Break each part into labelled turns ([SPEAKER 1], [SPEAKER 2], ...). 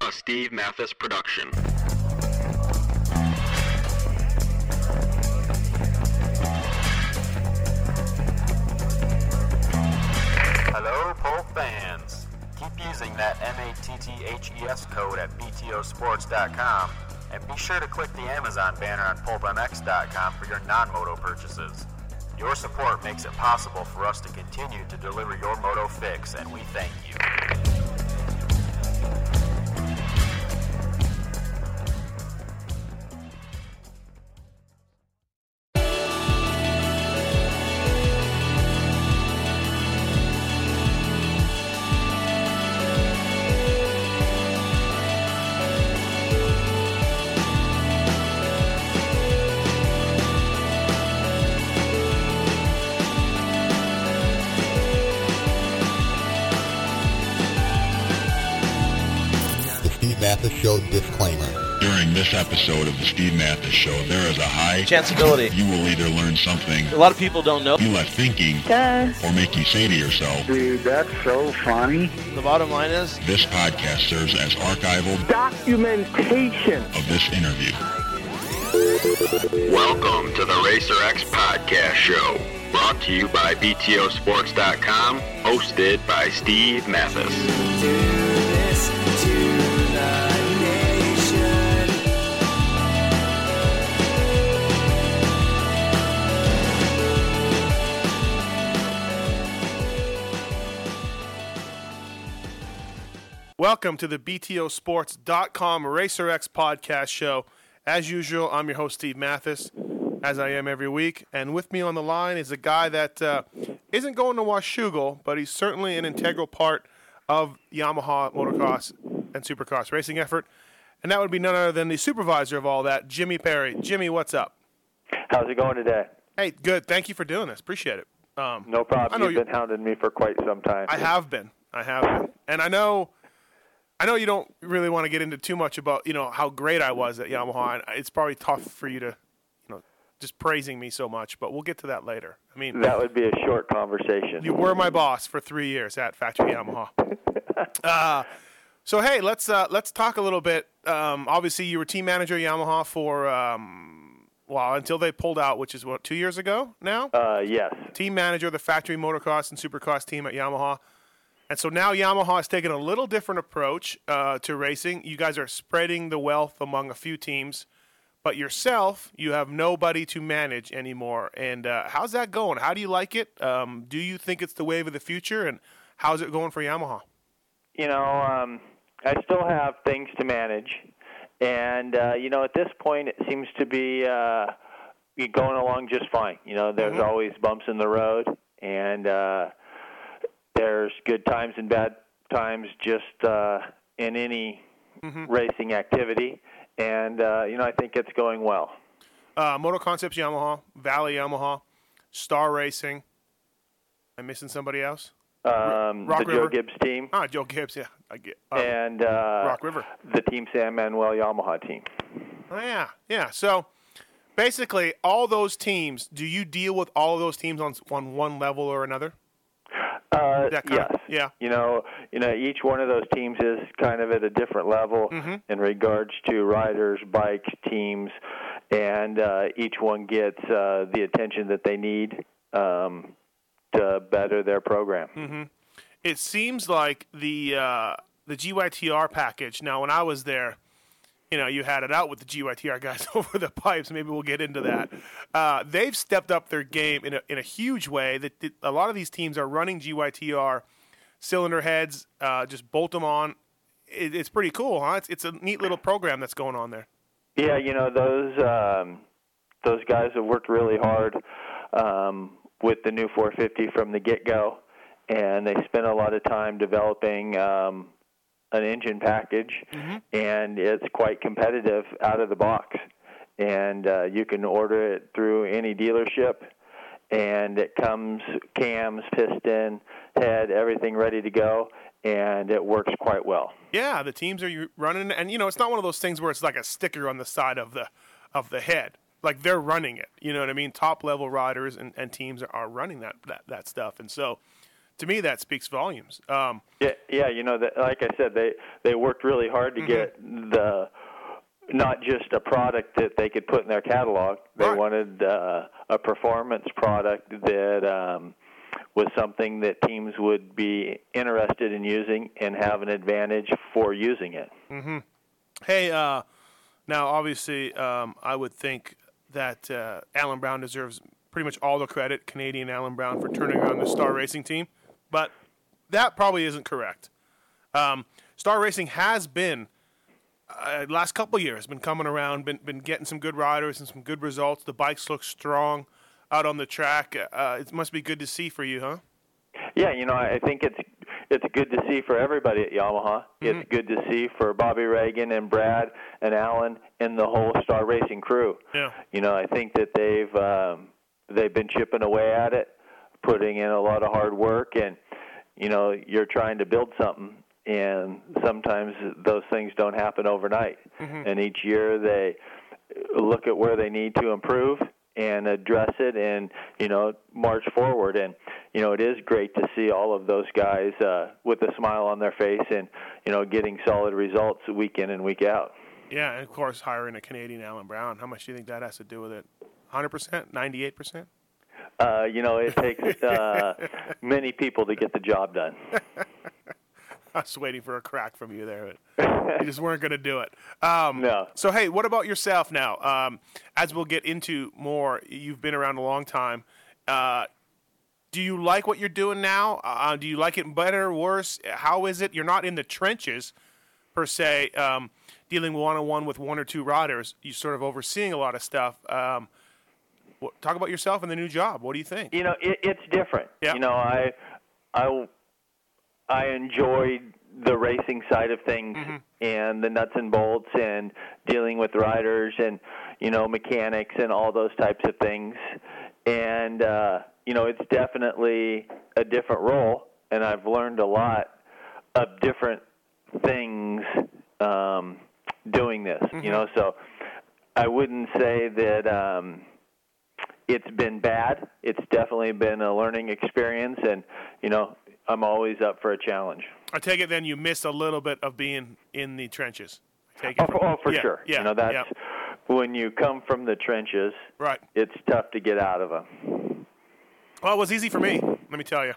[SPEAKER 1] a Steve Mathis production.
[SPEAKER 2] Hello, Pulp fans. Keep using that M-A-T-T-H-E-S E code at BTOsports.com and be sure to click the Amazon banner on PulpMX.com for your non-moto purchases. Your support makes it possible for us to continue to deliver your moto fix, and we thank you.
[SPEAKER 3] The Steve Mathis Show disclaimer.
[SPEAKER 4] During this episode of the Steve Mathis Show, there is a high
[SPEAKER 5] Chanceability.
[SPEAKER 4] you will either learn something
[SPEAKER 5] A lot of people don't know.
[SPEAKER 4] you left thinking or make you say to yourself,
[SPEAKER 6] Dude, that's so funny.
[SPEAKER 5] The bottom line is,
[SPEAKER 4] this podcast serves as archival
[SPEAKER 6] Documentation.
[SPEAKER 4] of this interview.
[SPEAKER 1] Welcome to the Racer X Podcast Show, brought to you by BTOsports.com, hosted by Steve Mathis.
[SPEAKER 7] Welcome to the BTOsports.com RacerX podcast show. As usual, I'm your host, Steve Mathis, as I am every week. And with me on the line is a guy that uh, isn't going to Washougal, but he's certainly an integral part of Yamaha motocross and supercross racing effort. And that would be none other than the supervisor of all that, Jimmy Perry. Jimmy, what's up?
[SPEAKER 8] How's it going today?
[SPEAKER 7] Hey, good. Thank you for doing this. Appreciate it. Um,
[SPEAKER 8] No problem.
[SPEAKER 7] I know
[SPEAKER 8] You've
[SPEAKER 7] you-
[SPEAKER 8] been hounding me for quite some time.
[SPEAKER 7] I have been. I have been. And I know I know you don't really want to get into too much about, you know, how great I was at Yamaha. And it's probably tough for you to, you know, just praising me so much, but we'll get to that later. I mean,
[SPEAKER 8] That would be a short conversation.
[SPEAKER 7] you were my boss for 3 years at Factory Yamaha. Uh, so hey, let's uh, let's talk a little bit. Um, obviously, you were team manager at Yamaha for um, well until they pulled out, which is what two years ago now
[SPEAKER 8] uh, yes.
[SPEAKER 7] team manager of the factory motocross and supercross team at Yamaha. And so now Yamaha has taken a little different approach uh, to racing. You guys are spreading the wealth among a few teams, but yourself, you have nobody to manage anymore. And uh, how's that going? How do you like it? Um, do you think it's the wave of the future? And how's it going for Yamaha?
[SPEAKER 8] You know, um, I still have things to manage, and uh, you know, at this point, it seems to be uh, you're going along just fine. You know, there's
[SPEAKER 7] Mm-hmm.
[SPEAKER 8] always bumps in the road, and uh, there's good times and bad times, just uh, in any
[SPEAKER 7] Mm-hmm.
[SPEAKER 8] racing activity. And uh, you know, I think it's going well.
[SPEAKER 7] Uh, Moto Concepts Yamaha, Valley Yamaha, Star Racing. Am I missing somebody else?
[SPEAKER 8] Um,
[SPEAKER 7] Rock
[SPEAKER 8] the
[SPEAKER 7] River.
[SPEAKER 8] Joe Gibbs team.
[SPEAKER 7] Ah, Joe Gibbs. Yeah, I get. uh,
[SPEAKER 8] and uh,
[SPEAKER 7] Rock River.
[SPEAKER 8] the Team San Manuel Yamaha team.
[SPEAKER 7] Oh, yeah, yeah. So basically, all those teams. Do you deal with all of those teams on on one level or another?
[SPEAKER 8] Uh,
[SPEAKER 7] That kind
[SPEAKER 8] yes.
[SPEAKER 7] of- yeah.
[SPEAKER 8] You know, you know, each one of those teams is kind of at a different level
[SPEAKER 7] Mm-hmm.
[SPEAKER 8] in regards to riders, bikes, teams, and uh, each one gets uh, the attention that they need um, to better their program.
[SPEAKER 7] It seems like the uh, the GYTR package. Now, when I was there, you know, you had it out with the GYTR guys over the pipes. Maybe we'll get into that. Uh, they've stepped up their game in a, in a huge way. That that a lot of these teams are running GYTR cylinder heads. Uh, just bolt them on. It, it's pretty cool, huh? It's, it's a neat little program that's going on there.
[SPEAKER 8] Yeah, you know those um, those guys have worked really hard um, with the new 450 from the get go, and they spent a lot of time developing um, an engine package, and it's quite competitive out of the box. And uh, you can order it through any dealership, and it comes cams, piston, head, everything ready to go, and it works quite well.
[SPEAKER 7] Yeah, the teams are u- running, and you know it's not one of those things where it's like a sticker on the side of the of the head. Like they're running it. You know what I mean? Top level riders and, and teams are, are running that, that that stuff, and so to me that speaks volumes. Um,
[SPEAKER 8] Yeah, yeah. You know, that, like I said, they they worked really hard to get
[SPEAKER 7] Mm-hmm.
[SPEAKER 8] the not just a product that they could put in their catalog. They
[SPEAKER 7] Right.
[SPEAKER 8] wanted uh, a performance product that um, was something that teams would be interested in using and have an advantage for using it.
[SPEAKER 7] hey, uh, now obviously um, I would think that uh, Alan Brown deserves pretty much all the credit, Canadian Alan Brown, for turning around the Star Racing team, but that probably isn't correct. Um, Star Racing has been uh, last couple of years been coming around, been been getting some good riders and some good results. The bikes look strong out on the track. Uh, it must be good to see for you, huh?
[SPEAKER 8] Yeah, you know, I I think it's it's good to see for everybody at Yamaha.
[SPEAKER 7] Mm-hmm.
[SPEAKER 8] It's good to see for Bobby Reagan and Brad and Alan and the whole Star Racing crew.
[SPEAKER 7] Yeah.
[SPEAKER 8] You know, I think that they've um, they've been chipping away at it, putting in a lot of hard work, and you know, you're trying to build something, and sometimes those things don't happen overnight. And each year they look at where they need to improve and address it and you know march forward and you know it is great to see all of those guys uh, with a smile on their face and you know getting solid results week in and week out
[SPEAKER 7] Yeah, and of course hiring a Canadian Alan Brown. How much do you think that has to do with it? Hundred percent, ninety-eight percent.
[SPEAKER 8] uh, you know it takes uh, many people to get the job done
[SPEAKER 7] I was waiting for a crack from you there, but you just weren't going to do it. Um,
[SPEAKER 8] No.
[SPEAKER 7] So, hey, what about yourself now? Um, as we'll get into more, you've been around a long time. Uh, do you like what you're doing now? Uh, do you like it better, worse? How is it? You're not in the trenches, per se, um, dealing one on one with one or two riders. You're sort of overseeing a lot of stuff. Um, wh- talk about yourself and the new job. What do you think?
[SPEAKER 8] you know it, it's different
[SPEAKER 7] Yeah.
[SPEAKER 8] you know i i i enjoyed the racing side of things and the nuts and bolts and dealing with riders and you know mechanics and all those types of things and uh you know it's definitely a different role and i've learned a lot of different things um doing this you know so i wouldn't say that um it's been bad. It's definitely been a learning experience, and you know, I'm always up for a challenge.
[SPEAKER 7] I take it then you miss a little bit of being in the trenches. I take it
[SPEAKER 8] Oh, for, oh, for
[SPEAKER 7] yeah,
[SPEAKER 8] sure.
[SPEAKER 7] Yeah,
[SPEAKER 8] you know, that's
[SPEAKER 7] yeah,
[SPEAKER 8] when you come from the trenches.
[SPEAKER 7] right.
[SPEAKER 8] It's tough to get out of them.
[SPEAKER 7] Well, it was easy for me. Let me tell you.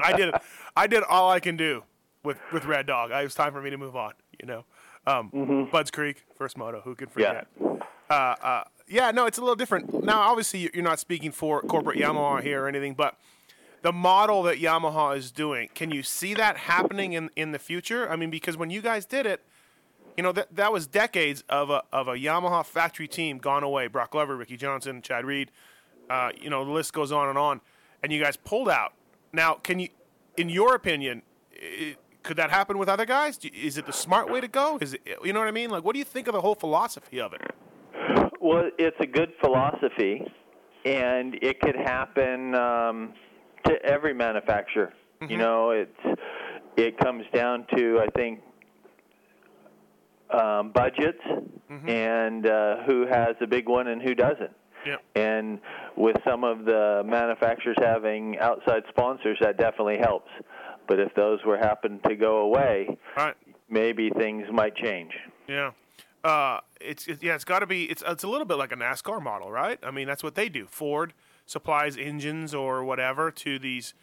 [SPEAKER 7] I did. I did all I can do with with Red Dog. It was time for me to move on. You know, um, Bud's Creek, first moto. Who can forget? yeah, no, it's a little different. Now, obviously, you- you're not speaking for corporate Yamaha here or anything, but the model that Yamaha is doing, can you see that happening in, in the future? I mean, because when you guys did it, you know, that, that was decades of a, of a Yamaha factory team gone away. Brock Glover, Ricky Johnson, Chad Reed, uh, you know, the list goes on and on. And you guys pulled out. Now, can you, in your opinion, i could that happen with other guys? Do- Is it the smart way to go? Is it, you know what I mean? Like, what do you think of the whole philosophy of it?
[SPEAKER 8] Well, it's a good philosophy, and it could happen um, to every manufacturer. You
[SPEAKER 7] Mm-hmm.
[SPEAKER 8] know, it's it comes down to I think um, budgets
[SPEAKER 7] Mm-hmm.
[SPEAKER 8] and uh, who has a big one and who doesn't.
[SPEAKER 7] Yeah.
[SPEAKER 8] And with some of the manufacturers having outside sponsors, that definitely helps. But if those were happen to go away,
[SPEAKER 7] All right.
[SPEAKER 8] maybe things might change.
[SPEAKER 7] Yeah. Uh, it's it, yeah, it's got to be. It's it's a little bit like a NASCAR model, right? I mean, that's what they do. Ford supplies engines or whatever to these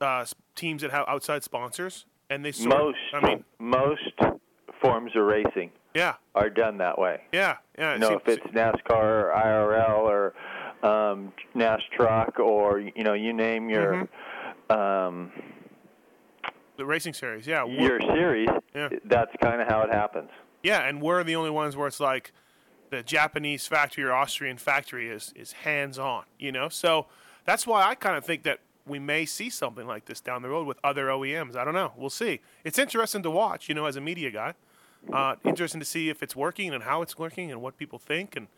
[SPEAKER 7] uh, s- teams that have outside sponsors, and they sort.
[SPEAKER 8] Most
[SPEAKER 7] I mean,
[SPEAKER 8] most forms of racing
[SPEAKER 7] yeah,
[SPEAKER 8] are done that way.
[SPEAKER 7] yeah, yeah. it
[SPEAKER 8] No,
[SPEAKER 7] seems-
[SPEAKER 8] if it's NASCAR or IRL or um, NAS Truck or you know, you name your
[SPEAKER 7] Mm-hmm.
[SPEAKER 8] um,
[SPEAKER 7] the racing series, yeah, we're-
[SPEAKER 8] your series,
[SPEAKER 7] Yeah.
[SPEAKER 8] that's kind of how it happens.
[SPEAKER 7] yeah, and we're the only ones where it's like the Japanese factory or Austrian factory is is hands on, you know. So that's why I kind of think that we may see something like this down the road with other OEMs. I don't know. We'll see. It's interesting to watch, you know, as a media guy. Uh, interesting to see if it's working and how it's working and what people think and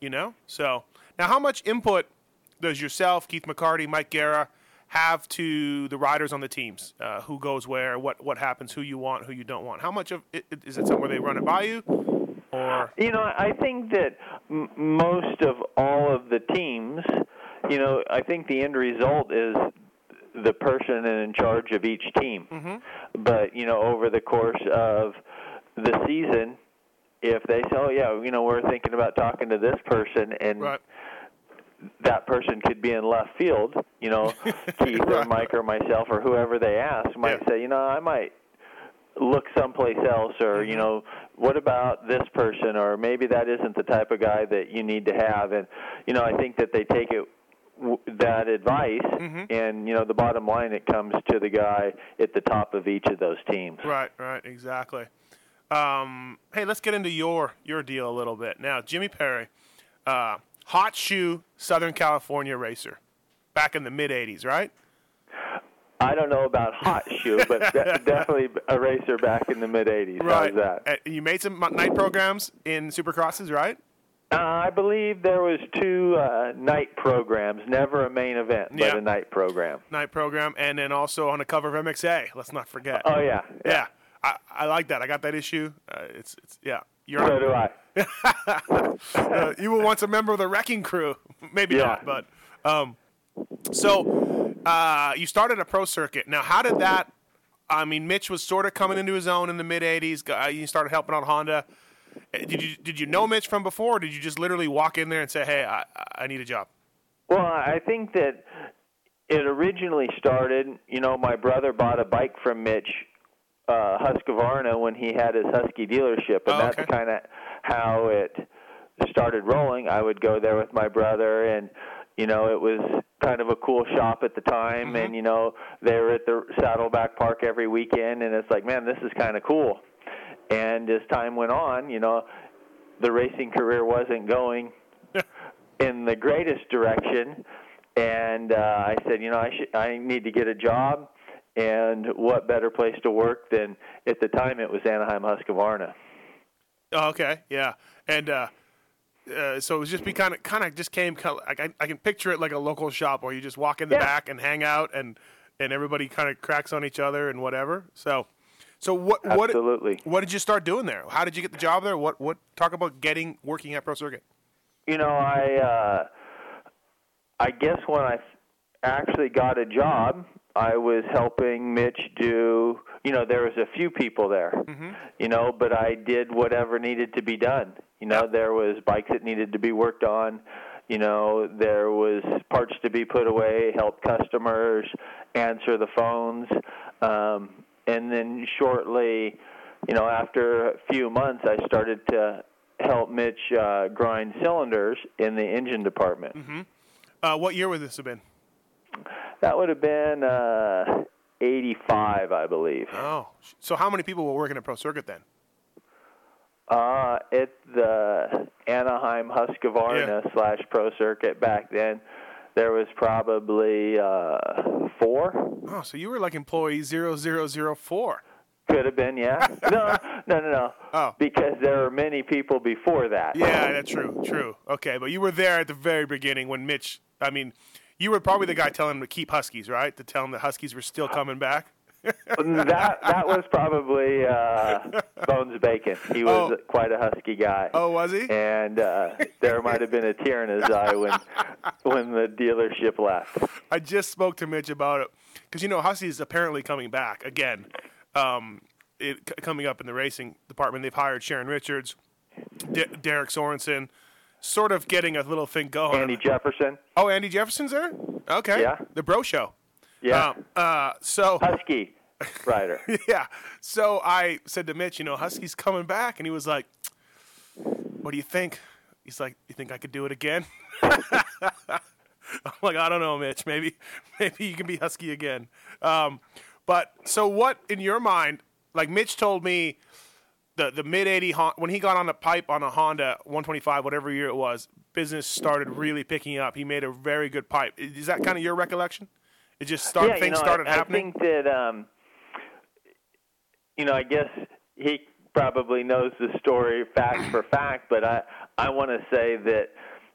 [SPEAKER 7] you know. So now, how much input does yourself, Keith McCarty, Mike Guerra have to the riders on the teams? Uh, who goes where? What what happens? Who you want? Who you don't want? How much of i- i- is it somewhere they run it by you? Or
[SPEAKER 8] You know, I think that m- most of all of the teams, you know, I think the end result is the person in charge of each team.
[SPEAKER 7] Mm-hmm.
[SPEAKER 8] But you know, over the course of the season, if they say, "Oh yeah, you know, we're thinking about talking to this person," and
[SPEAKER 7] Right.
[SPEAKER 8] that person could be in left field, you know, Keith or
[SPEAKER 7] Right.
[SPEAKER 8] Mike or myself or whoever they ask might
[SPEAKER 7] Yeah.
[SPEAKER 8] say, you know, I might look someplace else or,
[SPEAKER 7] Mm-hmm.
[SPEAKER 8] you know, what about this person or maybe that isn't the type of guy that you need to have and you know, I think that they take it w- that advice
[SPEAKER 7] Mm-hmm.
[SPEAKER 8] and you know, the bottom line it comes to the guy at the top of each of those teams.
[SPEAKER 7] Right, right, exactly. Um, hey, let's get into your your deal a little bit now. Jimmy Perry, uh, hot shoe Southern California racer, back in the mid '80s, right?
[SPEAKER 8] I don't know about hot shoe, but de- definitely a racer back in the mid 80s. How's that?
[SPEAKER 7] Uh, you made some mo- night programs in Supercrosses, right?
[SPEAKER 8] Uh, I believe there was two uh, night programs, never a main event, but
[SPEAKER 7] Yeah.
[SPEAKER 8] a night program.
[SPEAKER 7] Night program, and then also on the cover of MXA. Let's not forget.
[SPEAKER 8] Oh yeah,
[SPEAKER 7] yeah, I, I like that. I got that issue. Uh, it's, it's yeah. You're
[SPEAKER 8] So do I.
[SPEAKER 7] uh, you were once a member of the wrecking crew. Maybe
[SPEAKER 8] Yeah.
[SPEAKER 7] not, but um, so uh, you started a pro circuit. Now, how did that? I mean, Mitch was sort of coming into his own in the mid '80s. Go- uh, You started helping on Honda. Uh, Did you did you know Mitch from before? Or did you just literally walk in there and say, "Hey, I, I need a job"?
[SPEAKER 8] Well, I think that it originally started. You know, my brother bought a bike from Mitch uh, Husqvarna when he had his Husky dealership, and
[SPEAKER 7] Oh,
[SPEAKER 8] that's
[SPEAKER 7] okay.
[SPEAKER 8] kind of how it started rolling. I would go there with my brother, and you know, it was kind of a cool shop at the time,
[SPEAKER 7] Mm-hmm.
[SPEAKER 8] and you know, they were at the Saddleback Park every weekend, and it's like, man, this is kind of cool. And as time went on, you know, the racing career wasn't going in the greatest direction and uh, I said, you know, I should, I need to get a job, and what better place to work than at the time it was Anaheim Husqvarna.
[SPEAKER 7] Oh, okay, yeah, and uh, uh, so it was just be kind of kind of just came. Kind of, I, I- I can picture it like a local shop where you just walk in the
[SPEAKER 8] Yeah.
[SPEAKER 7] back and hang out, and and everybody kind of cracks on each other and whatever. So, so what what
[SPEAKER 8] Absolutely.
[SPEAKER 7] what did you start doing there? How did you get the job there? What what talk about getting working at Pro Circuit?
[SPEAKER 8] You know, I uh, I guess when I actually got a job, I was helping Mitch do. You know, there was a few people there. You know, but I did whatever needed to be done. You know, there was bikes that needed to be worked on. You know, there was parts to be put away, help customers, answer the phones, um, and then shortly, you know, after a few months, I started to help Mitch uh, grind cylinders in the engine department.
[SPEAKER 7] Uh, what year would this have been?
[SPEAKER 8] That would have been uh, 85, I believe.
[SPEAKER 7] Oh, so how many people were working at Pro Circuit then?
[SPEAKER 8] Uh, at the Anaheim Husqvarna slash Pro Circuit back then, there was probably uh, four.
[SPEAKER 7] Oh, so you were like employee 0004.
[SPEAKER 8] Could have been, yeah. No, no, no, no.
[SPEAKER 7] Oh.
[SPEAKER 8] Because there were many people before that.
[SPEAKER 7] Yeah, that's true, true. Okay, but you were there at the very beginning when Mitch. I mean, you were probably the guy telling him to keep Huskies, right? To tell him the Huskies were still coming back.
[SPEAKER 8] Mm, that that was probably uh, Bones Bacon. He was
[SPEAKER 7] Oh.
[SPEAKER 8] quite a husky guy.
[SPEAKER 7] Oh, was he?
[SPEAKER 8] And uh, there might have been a tear in his eye when when the dealership left.
[SPEAKER 7] I just spoke to Mitch about it because you know Hussey is apparently coming back again. Um, it c- coming up in the racing department, they've hired Sharon Richards, De- Derek Sorensen, sort of getting a little thing going.
[SPEAKER 8] Andy Jefferson.
[SPEAKER 7] oh, Andy Jefferson's there. Okay,
[SPEAKER 8] Yeah.
[SPEAKER 7] the Bro Show.
[SPEAKER 8] Yeah.
[SPEAKER 7] Uh, uh, so
[SPEAKER 8] Husky rider.
[SPEAKER 7] yeah, so I said to Mitch, you know, Hussey's coming back, and he was like, "What do you think?" He's like, "You think I could do it again?" I'm like, I don't know, Mitch. Maybe, maybe you can be husky again. Um, but so, what in your mind? Like Mitch told me, the the mid '80 Hon- when he got on the pipe on a Honda 125, whatever year it was, business started really picking up. He made a very good pipe. I- Is that kind of your recollection? It just started.
[SPEAKER 8] yeah, you
[SPEAKER 7] things
[SPEAKER 8] know, I-
[SPEAKER 7] started
[SPEAKER 8] I,
[SPEAKER 7] happening.
[SPEAKER 8] think that um, you know, I guess he probably knows the story fact for fact, but I I want to say that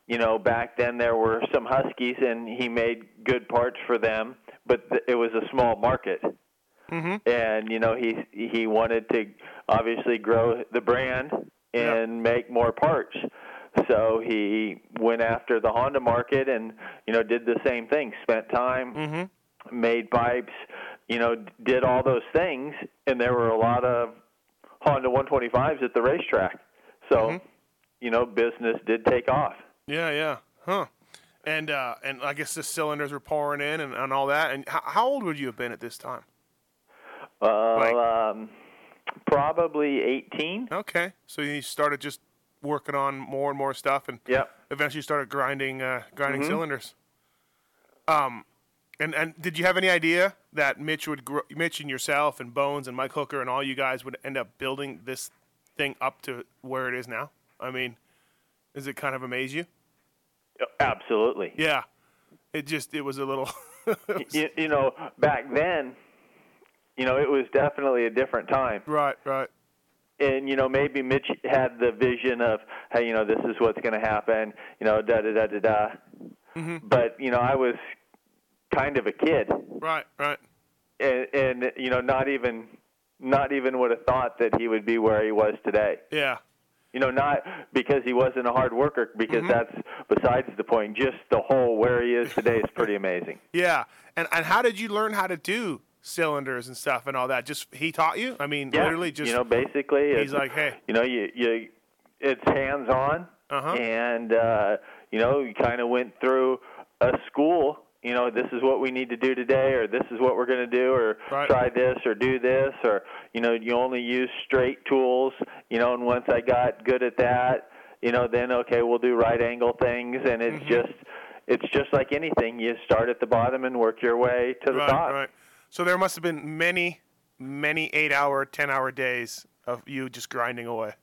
[SPEAKER 8] you know back then there were some Huskies and he made good parts for them, but th- it was a small market.
[SPEAKER 7] Mm-hmm.
[SPEAKER 8] And you know he he wanted to obviously grow the brand and
[SPEAKER 7] Yeah.
[SPEAKER 8] make more parts, so
[SPEAKER 7] Mm-hmm.
[SPEAKER 8] he went after the Honda market and you know did the same thing. Spent time made pipes, you know, d- did all those things, and there were a lot of Honda 125s at the racetrack. So,
[SPEAKER 7] Mm-hmm.
[SPEAKER 8] you know, business did take off.
[SPEAKER 7] Yeah, yeah, huh? And uh, and I guess the cylinders were pouring in and, and all that. And how, how old would you have been at this time?
[SPEAKER 8] Well,
[SPEAKER 7] Right.
[SPEAKER 8] um, probably 18.
[SPEAKER 7] Okay, so you started just working on more and more stuff, and
[SPEAKER 8] Yep.
[SPEAKER 7] eventually started grinding uh, grinding cylinders. Um, and and did you have any idea that Mitch would grow, Mitch and yourself and Bones and Mike Hooker and all you guys would end up building this thing up to where it is now? I mean, does it kind of amaze you?
[SPEAKER 8] Absolutely.
[SPEAKER 7] Yeah, it just it was a little.
[SPEAKER 8] You, you know, back then, you know, it was definitely a different time.
[SPEAKER 7] right, right.
[SPEAKER 8] and you know maybe Mitch had the vision of hey you know this is what's going to happen you know da da da da da
[SPEAKER 7] Mm-hmm.
[SPEAKER 8] but you know I was kind of a kid
[SPEAKER 7] Right, right.
[SPEAKER 8] and and you know not even not even would have thought that he would be where he was today
[SPEAKER 7] Yeah,
[SPEAKER 8] you know not because he wasn't a hard worker because that's besides the point just the whole where he is today is pretty amazing
[SPEAKER 7] yeah. And and how did you learn how to do cylinders and stuff and all that? Just he taught you? I mean,
[SPEAKER 8] Yeah.
[SPEAKER 7] literally just
[SPEAKER 8] you know basically
[SPEAKER 7] he's
[SPEAKER 8] it's-
[SPEAKER 7] like, hey.
[SPEAKER 8] you know you you it's hands on
[SPEAKER 7] Uh-huh.
[SPEAKER 8] and uh you know you kind of went through a school you know this is what we need to do today or this is what we're going to do or
[SPEAKER 7] Right.
[SPEAKER 8] try this or do this or you know you only use straight tools you know and once i got good at that you know then okay we'll do right angle things and it's
[SPEAKER 7] Mm-hmm.
[SPEAKER 8] just it's just like anything you start at the bottom and work your way to the
[SPEAKER 7] right,
[SPEAKER 8] top
[SPEAKER 7] right. So there must have been many, many eight-hour, ten-hour days of you just grinding away.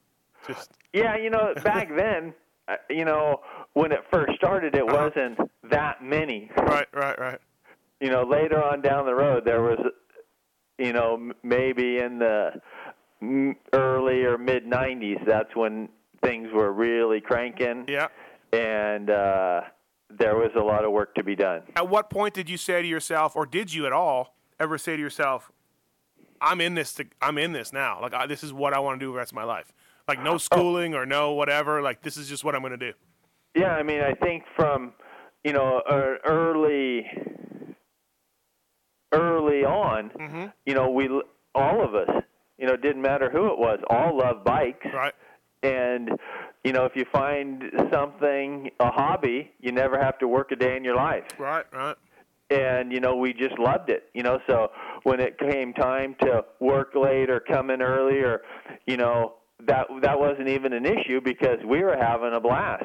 [SPEAKER 7] Just
[SPEAKER 8] Yeah, you know, back then, uh, you know, when it first started, it wasn't that many.
[SPEAKER 7] right, right, right.
[SPEAKER 8] You know, later on down the road, there was, you know, m- maybe in the m- early or mid 90s, that's when things were really cranking.
[SPEAKER 7] Yeah.
[SPEAKER 8] And uh, there was a lot of work to be done.
[SPEAKER 7] At what point did you say to yourself, or did you at all ever say to yourself, "I'm in this. To, I'm in this now. Like I, this is what I want to do the rest of my life. Like
[SPEAKER 8] Oh.
[SPEAKER 7] no schooling or no whatever. Like this is just what I'm going to do."
[SPEAKER 8] Yeah, I mean, I think from you know er- early early on, you know, we l- all of us, you know, didn't matter who it was, all love bikes,
[SPEAKER 7] Right.
[SPEAKER 8] and you know, if you find something a hobby, you never have to work a day in your life,
[SPEAKER 7] Right, right.
[SPEAKER 8] and you know, we just loved it, you know. So when it came time to work late or come in early, or you know, that that wasn't even an issue because we were having a blast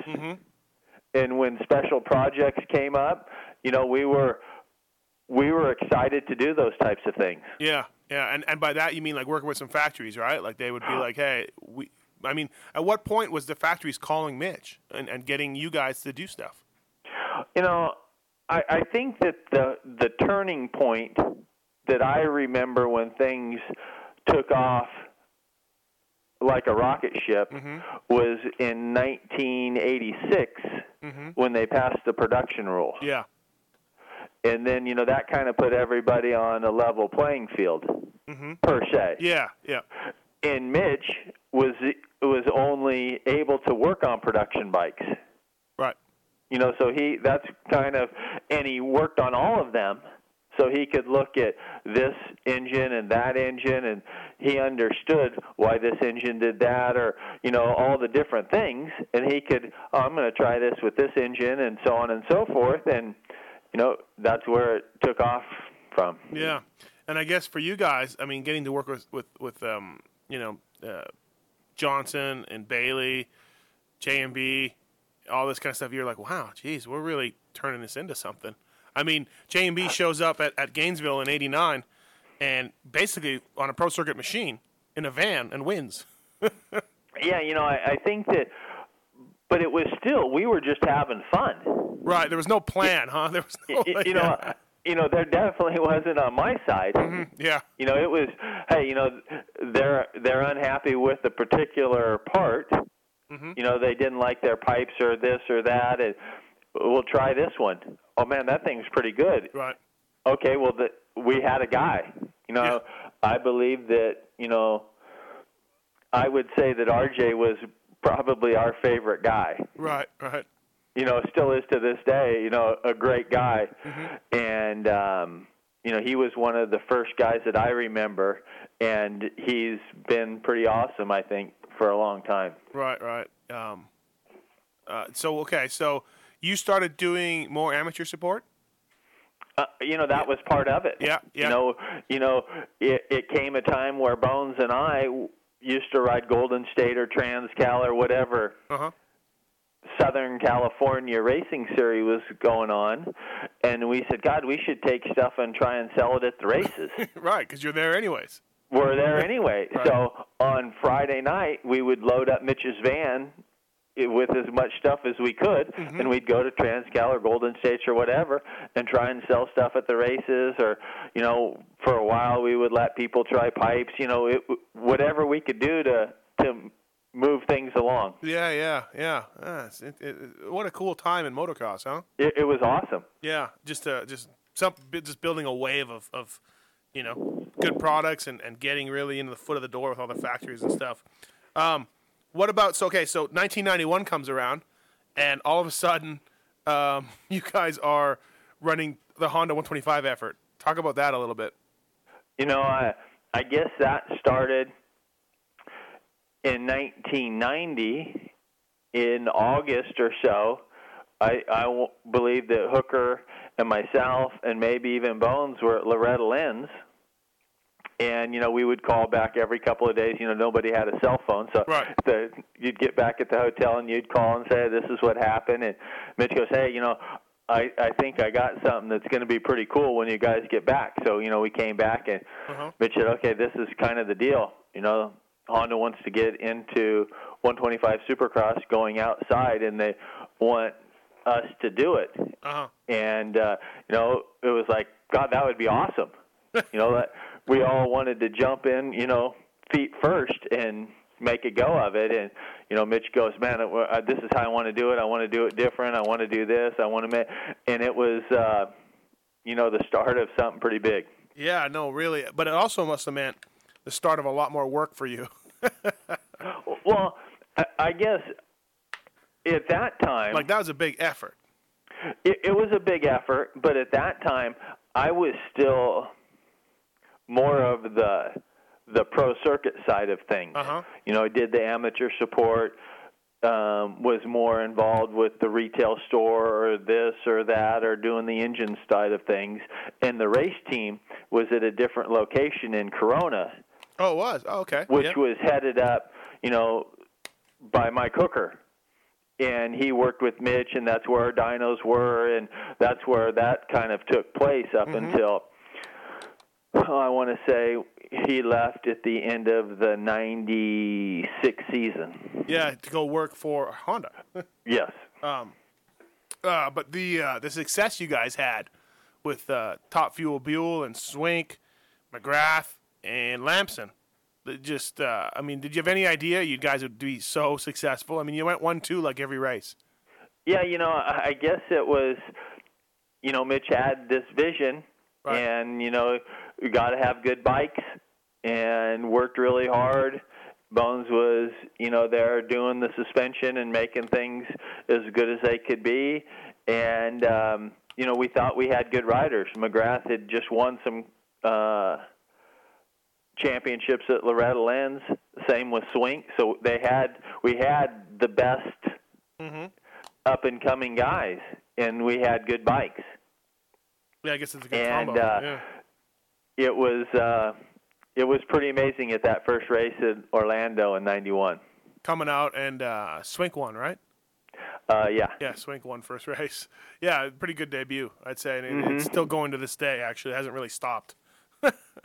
[SPEAKER 8] and when special projects came up, you know, we were we were excited to do those types of things.
[SPEAKER 7] Yeah, yeah, and and by that you mean like working with some factories, right? Like they would be like, "Hey, we." I mean, at what point was the factories calling Mitch and, and getting you guys to do stuff?
[SPEAKER 8] You know, I, I think that the the turning point that I remember when things took off like a rocket ship was in 1986 when they passed the production rule.
[SPEAKER 7] Yeah,
[SPEAKER 8] And then, you know, that kind of put everybody on a level playing field per se.
[SPEAKER 7] yeah, yeah,
[SPEAKER 8] and Mitch was was only able to work on production bikes.
[SPEAKER 7] right,
[SPEAKER 8] You know, so he that's kind of and he worked on all of them so he could look at this engine and that engine and he understood why this engine did that or you know all the different things and he could oh, I'm going to try this with this engine and so on and so forth and you know that's where it took off from.
[SPEAKER 7] yeah. And I guess for you guys, I mean, getting to work with with with um, you know, uh, Johnson and Bailey, JMB, all this kind of stuff. You're like, wow, geez, we're really turning this into something. I mean, JMB shows up at, at Gainesville in '89, and basically on a pro circuit machine in a van and wins.
[SPEAKER 8] Yeah, you know, I, I think that, but it was still we were just having fun.
[SPEAKER 7] Right. There was no plan, huh? There was no.
[SPEAKER 8] Y- you know, you know, there definitely wasn't on my side.
[SPEAKER 7] Yeah.
[SPEAKER 8] You know, it was hey, you know, they're they're unhappy with a particular part. You know, they didn't like their pipes or this or that, and we'll try this one. Oh man, that thing's pretty good.
[SPEAKER 7] Right.
[SPEAKER 8] Okay, well, the, we had a guy. You know, I believe that you know, I would say that RJ was probably our favorite guy
[SPEAKER 7] Right. Right. Mm-hmm.
[SPEAKER 8] you know, still is to this day, you know, a great guy. And um, you know, he was one of the first guys that I remember, and he's been pretty awesome, I think, for a long time.
[SPEAKER 7] Right, right. Um, uh, so okay, so you started doing more amateur support.
[SPEAKER 8] Uh, you know that was part of it.
[SPEAKER 7] Yeah, yeah.
[SPEAKER 8] You know, you know, it, it came a time where Bones and I used to ride Golden State or Transcal or whatever
[SPEAKER 7] Uh huh.
[SPEAKER 8] Southern California Racing Series was going on, and we said, God, we should take stuff and try and sell it at the races.
[SPEAKER 7] Right, because you're there anyways.
[SPEAKER 8] We're there anyway.
[SPEAKER 7] Right.
[SPEAKER 8] So on Friday night, we would load up Mitch's van i- with as much stuff as we could,
[SPEAKER 7] Mm-hmm.
[SPEAKER 8] and we'd go to Transcal or Golden States or whatever and try and sell stuff at the races. Or, you know, for a while, we would let people try pipes, you know, it, whatever we could do to, to move things along.
[SPEAKER 7] Yeah, yeah, yeah. Ah, it's- it- it- what a cool time in motocross, huh?
[SPEAKER 8] It, it was awesome.
[SPEAKER 7] Yeah, just uh, just some bi- just building a wave of, of you know good products and, and getting really into the foot of the door with all the factories and stuff. Um, what about so okay? So 1991 comes around, and all of a sudden, um, you guys are running the Honda 125 effort. Talk about that a little bit.
[SPEAKER 8] You know, I I guess that started in 1990 in August or so. I I w- believe that Hooker and myself and maybe even Bones were at Loretta Lynn's. And you know we would call back every couple of days. You know nobody had a cell phone, so
[SPEAKER 7] Right.
[SPEAKER 8] the, you'd get back at the hotel and you'd call and say this is what happened. And Mitch goes, hey, you know, I I think I got something that's going to be pretty cool when you guys get back. So you know we came back and
[SPEAKER 7] Uh-huh.
[SPEAKER 8] Mitch said, okay, this is kind of the deal. You know, Honda wants to get into 125 Supercross going outside, and they want us to do it.
[SPEAKER 7] Uh huh.
[SPEAKER 8] And, uh, you know, it was like, God, that would be awesome. you know, that we all wanted to jump in, you know, feet first and make a go of it. And, you know, Mitch goes, man, it, uh, this is how I want to do it. I want to do it different. I want to do this. I want to make. And it was, uh, you know, the start of something pretty big.
[SPEAKER 7] Yeah, no, really, but it also must have meant the start of a lot more work for you.
[SPEAKER 8] Well, I- I guess at that time,
[SPEAKER 7] Like that was a big effort.
[SPEAKER 8] it, it was a big effort, but at that time, I was still more of the the pro circuit side of things.
[SPEAKER 7] Uh-huh.
[SPEAKER 8] You know, I did the amateur support, um, was more involved with the retail store or this or that or doing the engine side of things, and the race team was at a different location in Corona,
[SPEAKER 7] Oh, it was. Oh, okay.
[SPEAKER 8] which
[SPEAKER 7] Yep.
[SPEAKER 8] was headed up, you know, by Mike Hooker. And he worked with Mitch, and that's where our dinos were, and that's where that kind of took place up until, oh, I want to say, he left at the end of the 96 season.
[SPEAKER 7] yeah to go work for Honda.
[SPEAKER 8] Yes.
[SPEAKER 7] Uh, but the uh, the success you guys had with uh, Top Fuel Buell and Swink, McGrath and Lamson, that just uh, I mean, did you have any idea you guys would be so successful? I mean, you went one two like every race.
[SPEAKER 8] Yeah, you know, I I guess it was, you know, Mitch had this vision,
[SPEAKER 7] Right.
[SPEAKER 8] and you know, you got to have good bikes, and worked really hard. Bones was, you know, there doing the suspension and making things as good as they could be, and um, you know, we thought we had good riders. McGrath had just won some uh, championships at Loretta Lynn's. Same with Swink, so they had we had the best up and coming guys, and we had good bikes.
[SPEAKER 7] Yeah, I guess it's a good
[SPEAKER 8] And,
[SPEAKER 7] combo.
[SPEAKER 8] uh,
[SPEAKER 7] yeah.
[SPEAKER 8] It was uh, it was pretty amazing at that first race in Orlando in '91.
[SPEAKER 7] Coming out and uh, Swink won, right?
[SPEAKER 8] Uh, yeah,
[SPEAKER 7] Yeah, Swink won first race. Yeah, pretty good debut, I'd say. And it,
[SPEAKER 8] Mm-hmm.
[SPEAKER 7] It's still going to this day. Actually, it hasn't really stopped.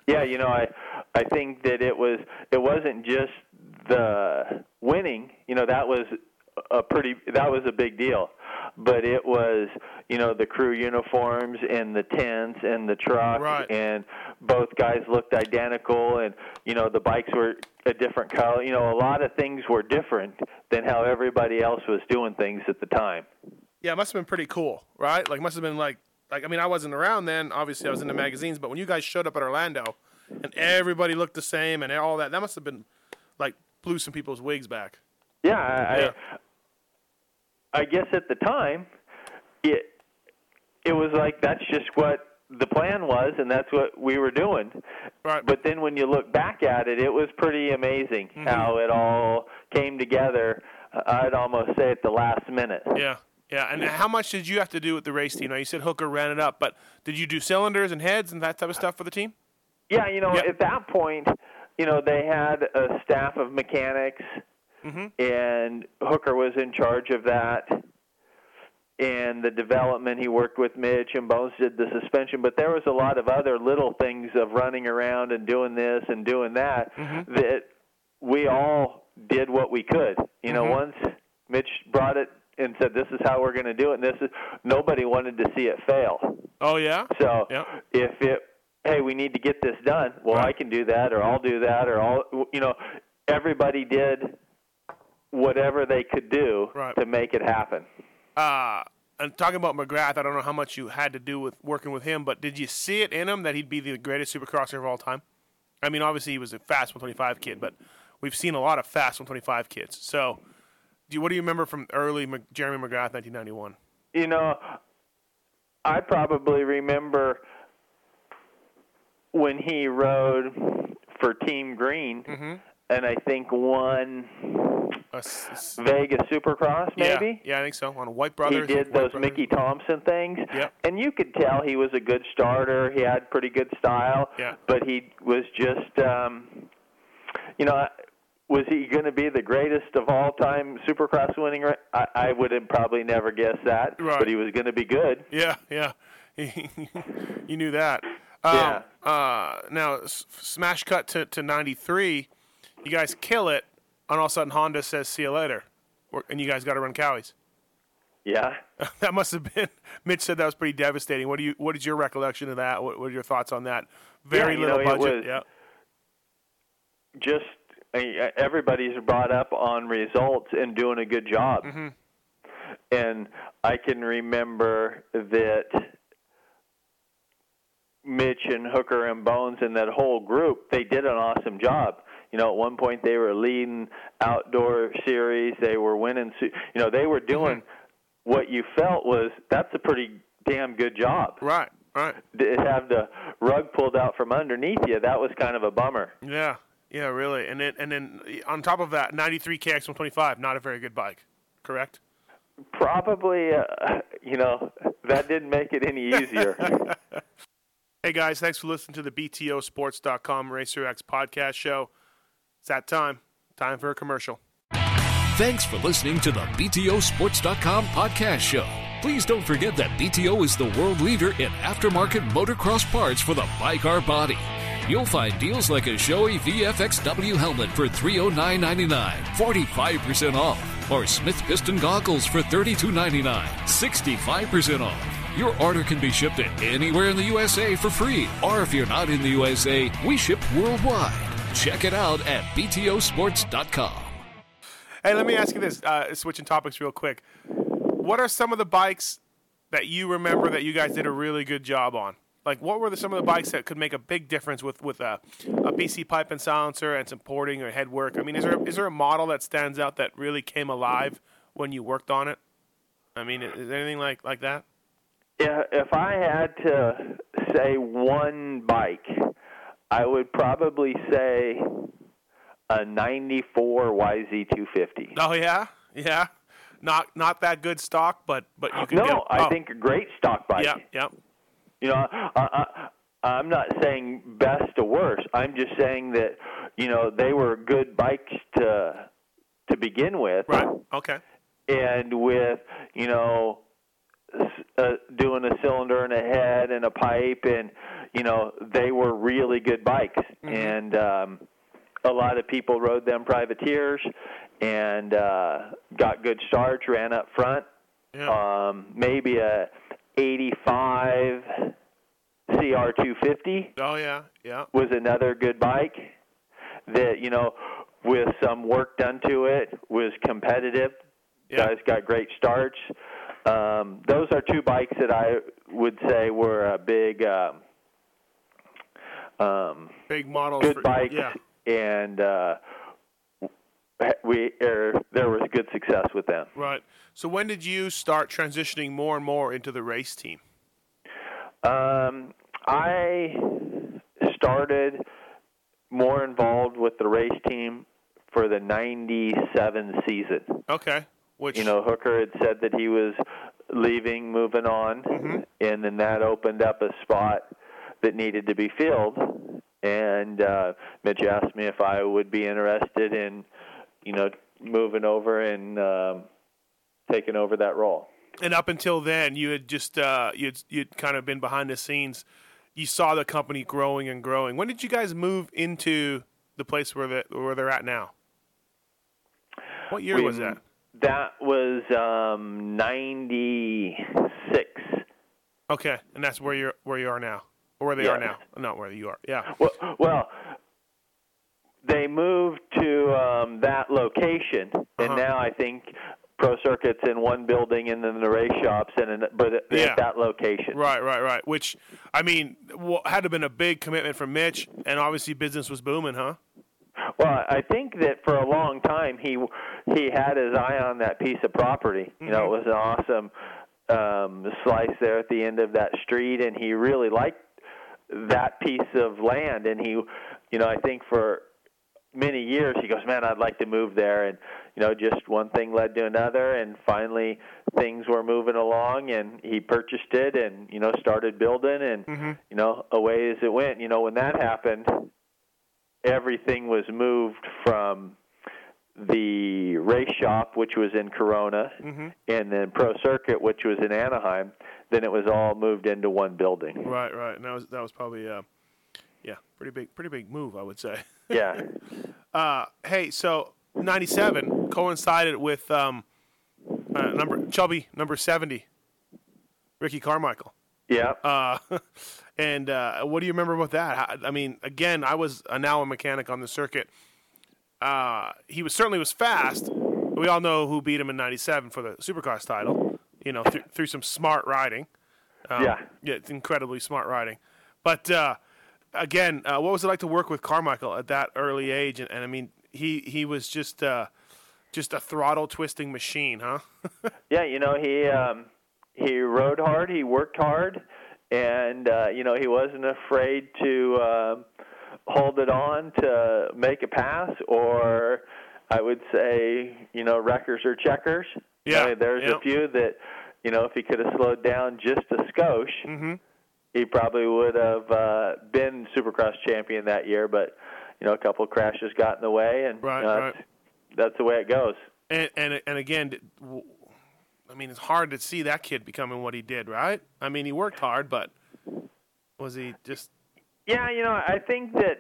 [SPEAKER 8] yeah. You know, I I think that it was it wasn't just the winning. You know, that was a pretty that was a big deal, but it was you know the crew uniforms and the tents and the truck
[SPEAKER 7] Right.
[SPEAKER 8] and both guys looked identical and you know the bikes were a different color. You know, a lot of things were different than how everybody else was doing things at the time.
[SPEAKER 7] Yeah, it must have been pretty cool, right? Like, must have been like, like I mean, I wasn't around then. Obviously, I was in the magazines, but when you guys showed up at Orlando, and everybody looked the same and all that, that must have been like blew some people's wigs back.
[SPEAKER 8] Yeah, I,
[SPEAKER 7] Yeah.
[SPEAKER 8] I, I guess at the time, it it was like that's just what the plan was, and that's what we were doing.
[SPEAKER 7] Right. Mm-hmm.
[SPEAKER 8] But then when you look back at it, it was pretty amazing how it all came together. uh, I'd almost say at the last minute.
[SPEAKER 7] Yeah, yeah. And how much did you have to do with the race team? Now you said Hooker ran it up, but did you do cylinders and heads and that type of stuff for the team?
[SPEAKER 8] Yeah, you know,
[SPEAKER 7] Yep.
[SPEAKER 8] at that point, you know, they had a staff of mechanics, and Hooker was in charge of that. And the development, he worked with Mitch and Bones did the suspension, but there was a lot of other little things of running around and doing this and doing that that we all did what we could. You know, once Mitch brought it and said, "This is how we're going to do it," and this is nobody wanted to see it fail.
[SPEAKER 7] Oh yeah.
[SPEAKER 8] So
[SPEAKER 7] Yep.
[SPEAKER 8] if it, hey, we need to get this done. Well, I can do that, or I'll do that, or I'll, you know, everybody did whatever they could do
[SPEAKER 7] Right.
[SPEAKER 8] to make it happen.
[SPEAKER 7] Uh, and talking about McGrath, I don't know how much you had to do with working with him, but did you see it in him that he'd be the greatest supercrosser of all time? I mean, obviously he was a fast 125 kid, but we've seen a lot of fast 125 kids. So, do you, what do you remember from early Mc, Jeremy McGrath, 1991?
[SPEAKER 8] You know, I probably remember when he rode for Team Green,
[SPEAKER 7] Mm-hmm.
[SPEAKER 8] and I think won
[SPEAKER 7] Uh, s- s-
[SPEAKER 8] Vegas Supercross,
[SPEAKER 7] yeah,
[SPEAKER 8] maybe.
[SPEAKER 7] yeah, I think so. On White Brothers,
[SPEAKER 8] he did
[SPEAKER 7] White
[SPEAKER 8] those
[SPEAKER 7] Brothers.
[SPEAKER 8] Mickey Thompson things,
[SPEAKER 7] Yep.
[SPEAKER 8] and you could tell he was a good starter. He had pretty good style,
[SPEAKER 7] Yeah.
[SPEAKER 8] but he was just, um, you know, was he going to be the greatest of all time Supercross winning? ra- I, I would have probably never guessed that,
[SPEAKER 7] Right.
[SPEAKER 8] but he was going to be good.
[SPEAKER 7] Yeah, yeah. you knew that.
[SPEAKER 8] Yeah.
[SPEAKER 7] Um, uh, now, s- smash cut to, to 93. You guys kill it, and all of a sudden Honda says, see you later. Or- And you guys got to run cowies.
[SPEAKER 8] Yeah,
[SPEAKER 7] That must have been. Mitch said that was pretty devastating. What do you? What is your recollection of that? What, what are your thoughts on that? Very
[SPEAKER 8] you
[SPEAKER 7] little
[SPEAKER 8] know, it
[SPEAKER 7] budget.
[SPEAKER 8] was-
[SPEAKER 7] yeah.
[SPEAKER 8] just I- everybody's brought up on results and doing a good job. And I can remember that Mitch and Hooker and Bones and that whole group, they did an awesome job. You know, at one point they were leading outdoor series, they were winning, se- you know, they were doing what you felt was that's a pretty damn good job.
[SPEAKER 7] Right. Right.
[SPEAKER 8] To have the rug pulled out from underneath you, that was kind of a bummer.
[SPEAKER 7] Yeah. Yeah. Really. And then and then on top of that, 93 KX125, not a very good bike. Correct.
[SPEAKER 8] Probably, uh, you know, that didn't make it any easier.
[SPEAKER 7] Hey guys, thanks for listening to the BTOsports.com RacerX podcast show. It's that time. Time for a commercial.
[SPEAKER 5] Thanks for listening to the BTOsports.com podcast show. Please don't forget that BTO is the world leader in aftermarket motocross parts for the bike or body. You'll find deals like a Shoei VFXW helmet for $309.99, 45% off, or Smith Piston goggles for $32.99, 65% off. Your order can be shipped to anywhere in the USA for free, or if you're not in the USA, we ship worldwide. Check it out at BTOsports.com.
[SPEAKER 7] Hey, let me ask you this. Uh, switching topics real quick. What are some of the bikes that you remember that you guys did a really good job on? Like, what were the, some of the bikes that could make a big difference with with a, a BC pipe and silencer and some porting or head work? I mean, is there is there a model that stands out that really came alive when you worked on it? I mean, is there anything like like that?
[SPEAKER 8] if, if I had to say one bike, I would probably say a 94 YZ250.
[SPEAKER 7] Oh yeah, yeah. Not not that good stock, but but you can.
[SPEAKER 8] No,
[SPEAKER 7] get,
[SPEAKER 8] I
[SPEAKER 7] oh,
[SPEAKER 8] think a great stock bike.
[SPEAKER 7] Yeah, yeah.
[SPEAKER 8] You know, I, I, I'm not saying best to worst. I'm just saying that, you know, they were good bikes to to begin with.
[SPEAKER 7] Right. Okay.
[SPEAKER 8] and with you know s- uh, doing a cylinder and a head and a pipe and you know they were really good bikes and um a lot of people rode them privateers and uh got good starts ran up front
[SPEAKER 7] Yeah.
[SPEAKER 8] um maybe a 85 CR250
[SPEAKER 7] oh yeah, yeah.
[SPEAKER 8] was another good bike that you know with some work done to it was competitive
[SPEAKER 7] Yeah.
[SPEAKER 8] guys got great starts um, those are two bikes that i would say were a big um, um,
[SPEAKER 7] Big models.
[SPEAKER 8] good
[SPEAKER 7] for,
[SPEAKER 8] bikes
[SPEAKER 7] Yeah.
[SPEAKER 8] and uh, we er, there was good success with them
[SPEAKER 7] Right. So when did you start transitioning more and more into the race team?
[SPEAKER 8] Um, I started more involved with the race team for the 97 season.
[SPEAKER 7] Okay. Which
[SPEAKER 8] You know, Hooker had said that he was leaving, moving on, and then that opened up a spot that needed to be filled. And uh, Mitch asked me if I would be interested in, you know, moving over and um, taking over that role.
[SPEAKER 7] and up until then you had just uh, you'd you'd kind of been behind the scenes. You saw the company growing and growing. When did you guys move into the place where the, where they're at now? What year
[SPEAKER 8] We-
[SPEAKER 7] was that?
[SPEAKER 8] That was um, 96.
[SPEAKER 7] Okay, and that's where you're where you are now, or where they are
[SPEAKER 8] Yeah.
[SPEAKER 7] now, not where you are. Yeah.
[SPEAKER 8] Well, well they moved to um, that location, and
[SPEAKER 7] Uh-huh.
[SPEAKER 8] now I think Pro Circuit's in one building and then the race shops, and in, but at
[SPEAKER 7] Yeah.
[SPEAKER 8] that location.
[SPEAKER 7] Right, right, right. Which, I mean, w- had to have been a big commitment from Mitch, and obviously business was booming, huh?
[SPEAKER 8] Well, I think that for a long time he he had his eye on that piece of property. You know, it was an awesome um, slice there at the end of that street, and he really liked that piece of land. And he, you know, I think for many years he goes, man, I'd like to move there, and you know, just one thing led to another, and finally things were moving along, and he purchased it, and you know, started building, and you know, away as it went. You know, when that happened everything was moved from the race shop, which was in Corona, and then Pro Circuit, which was in Anaheim. Then it was all moved into one building.
[SPEAKER 7] Right, right. And that was that was probably, uh, yeah, pretty big, pretty big move, I would say.
[SPEAKER 8] Yeah,
[SPEAKER 7] Uh, hey, so '97 coincided with um, uh, number chubby number 70, Ricky Carmichael.
[SPEAKER 8] yeah.
[SPEAKER 7] Uh, and uh, what do you remember about that? How- I mean, again, I was uh, now a mechanic on the circuit. Uh, he was certainly was fast. We all know who beat him in '97 for the Supercross title. You know, through through some smart riding. Um,
[SPEAKER 8] Yeah.
[SPEAKER 7] yeah, it's incredibly smart riding. But uh, again, uh, what was it like to work with Carmichael at that early age? And, and I mean, he he was just uh, just a throttle twisting machine, huh?
[SPEAKER 8] Yeah, you know he um, he rode hard, he worked hard, and uh, you know he wasn't afraid to um hold it on to make a pass, or I would say you know wreckers or checkers. You
[SPEAKER 7] Yeah,
[SPEAKER 8] know, there's
[SPEAKER 7] yeah.
[SPEAKER 8] a few that you know if he could have slowed down just a skosh,
[SPEAKER 7] Mm-hmm.
[SPEAKER 8] he probably would have uh, been Supercross champion that year. But you know a couple of crashes got in the way, and
[SPEAKER 7] Right,
[SPEAKER 8] you know,
[SPEAKER 7] right.
[SPEAKER 8] That's, that's the way it goes.
[SPEAKER 7] and and and again, d- w- I mean, it's hard to see that kid becoming what he did, right? I mean, he worked hard, but was he just
[SPEAKER 8] Yeah, you know, I think that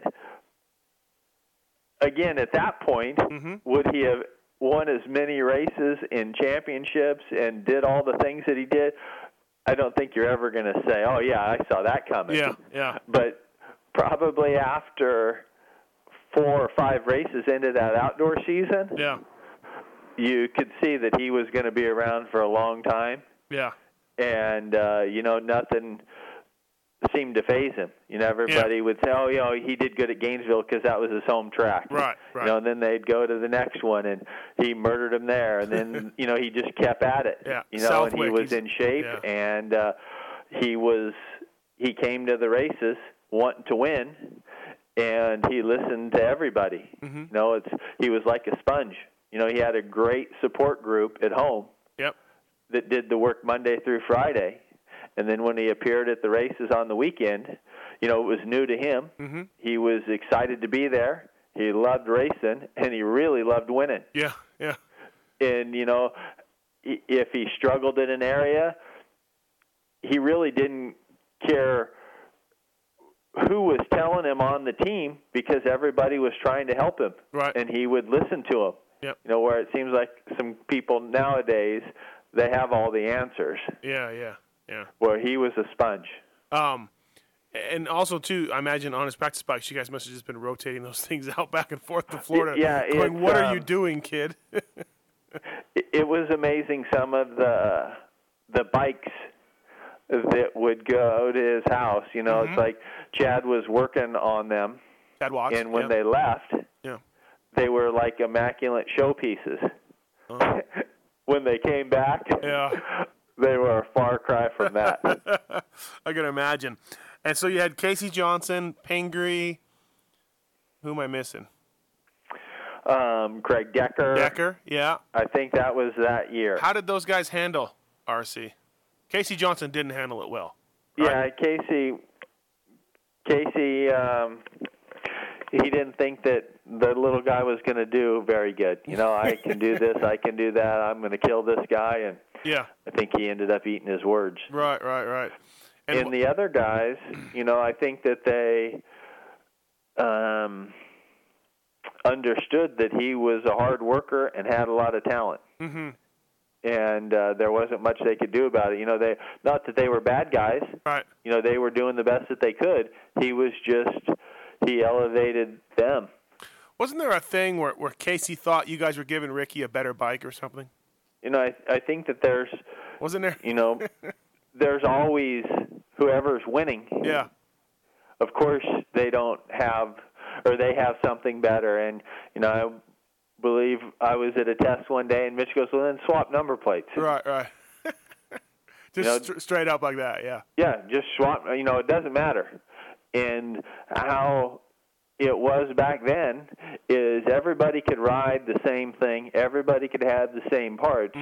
[SPEAKER 8] again at that point,
[SPEAKER 7] Mm-hmm.
[SPEAKER 8] would he have won as many races and championships and did all the things that he did? I don't think you're ever going to say, "Oh yeah, I saw that coming."
[SPEAKER 7] yeah, yeah,
[SPEAKER 8] But probably after four or five races into that outdoor season,
[SPEAKER 7] yeah,
[SPEAKER 8] you could see that he was going to be around for a long time
[SPEAKER 7] yeah,
[SPEAKER 8] and uh, you know nothing seemed to phase him. You know, everybody would say, "Oh, you know, he did good at Gainesville because that was his home track."
[SPEAKER 7] Right, right.
[SPEAKER 8] You know, and then they'd go to the next one, and he murdered him there, and then you know he just kept at it.
[SPEAKER 7] Yeah,
[SPEAKER 8] You know, and he
[SPEAKER 7] Southwick,
[SPEAKER 8] was
[SPEAKER 7] he's-
[SPEAKER 8] in shape,
[SPEAKER 7] yeah.
[SPEAKER 8] and uh, he was he came to the races wanting to win. And he listened to everybody.
[SPEAKER 7] Mm-hmm.
[SPEAKER 8] You know, it's he was like a sponge. You know, he had a great support group at home,
[SPEAKER 7] yep,
[SPEAKER 8] that did the work Monday through Friday, and then when he appeared at the races on the weekend, you know, it was new to him. Mm-hmm. He was excited to be there. He loved racing, and he really loved winning.
[SPEAKER 7] yeah, yeah,
[SPEAKER 8] And you know, i- if he struggled in an area, he really didn't care who was telling him on the team because everybody was trying to help him,
[SPEAKER 7] Right.
[SPEAKER 8] and he would listen to him.
[SPEAKER 7] Yep.
[SPEAKER 8] You know, where it seems like some people nowadays they have all the answers.
[SPEAKER 7] yeah, yeah, yeah.
[SPEAKER 8] Where he was a sponge.
[SPEAKER 7] Um, and also too, I imagine honest practice bikes. You guys must have just been rotating those things out back and forth to Florida.
[SPEAKER 8] yeah,
[SPEAKER 7] going,
[SPEAKER 8] it's,
[SPEAKER 7] what are you
[SPEAKER 8] um,
[SPEAKER 7] doing, kid?
[SPEAKER 8] It, it was amazing some of the the bikes that would go to his house. You know,
[SPEAKER 7] Mm-hmm.
[SPEAKER 8] it's like Chad was working on them,
[SPEAKER 7] Dad walks.
[SPEAKER 8] and when
[SPEAKER 7] yeah,
[SPEAKER 8] they left,
[SPEAKER 7] yeah,
[SPEAKER 8] they were like immaculate showpieces. when they came back,
[SPEAKER 7] Oh. yeah.
[SPEAKER 8] they were a far cry from that.
[SPEAKER 7] I can imagine. And so you had Casey Johnson, Pingree. Who am I missing?
[SPEAKER 8] Um, Greg Decker,
[SPEAKER 7] Decker. Yeah.
[SPEAKER 8] I think that was that year.
[SPEAKER 7] How did those guys handle RC? Casey Johnson didn't handle it well.
[SPEAKER 8] Yeah, Casey. Casey, um, he didn't think that the little guy was going to do very good. You know, I can do this, I can do that, I'm going to kill this guy, and
[SPEAKER 7] Yeah.
[SPEAKER 8] I think he ended up eating his words.
[SPEAKER 7] Right. Right. Right. And
[SPEAKER 8] And the other guys, you know, I think that they um, understood that he was a hard worker and had a lot of talent.
[SPEAKER 7] Mhm.
[SPEAKER 8] And uh, there wasn't much they could do about it. You know, they not that they were bad guys.
[SPEAKER 7] Right.
[SPEAKER 8] You know, they were doing the best that they could. He was just he elevated them.
[SPEAKER 7] Wasn't there a thing where, where Casey thought you guys were giving Ricky a better bike or something?
[SPEAKER 8] You know, I I think that there's
[SPEAKER 7] Wasn't there?
[SPEAKER 8] you know there's always whoever's winning
[SPEAKER 7] Yeah.
[SPEAKER 8] of course they don't have or they have something better and you know i believe i was at a test one day and mitch goes well then swap number plates
[SPEAKER 7] Right. Right. Just
[SPEAKER 8] You know-
[SPEAKER 7] str- straight up like that. Yeah.
[SPEAKER 8] yeah just swap you know it doesn't matter and how it was back then is everybody could ride the same thing everybody could have the same parts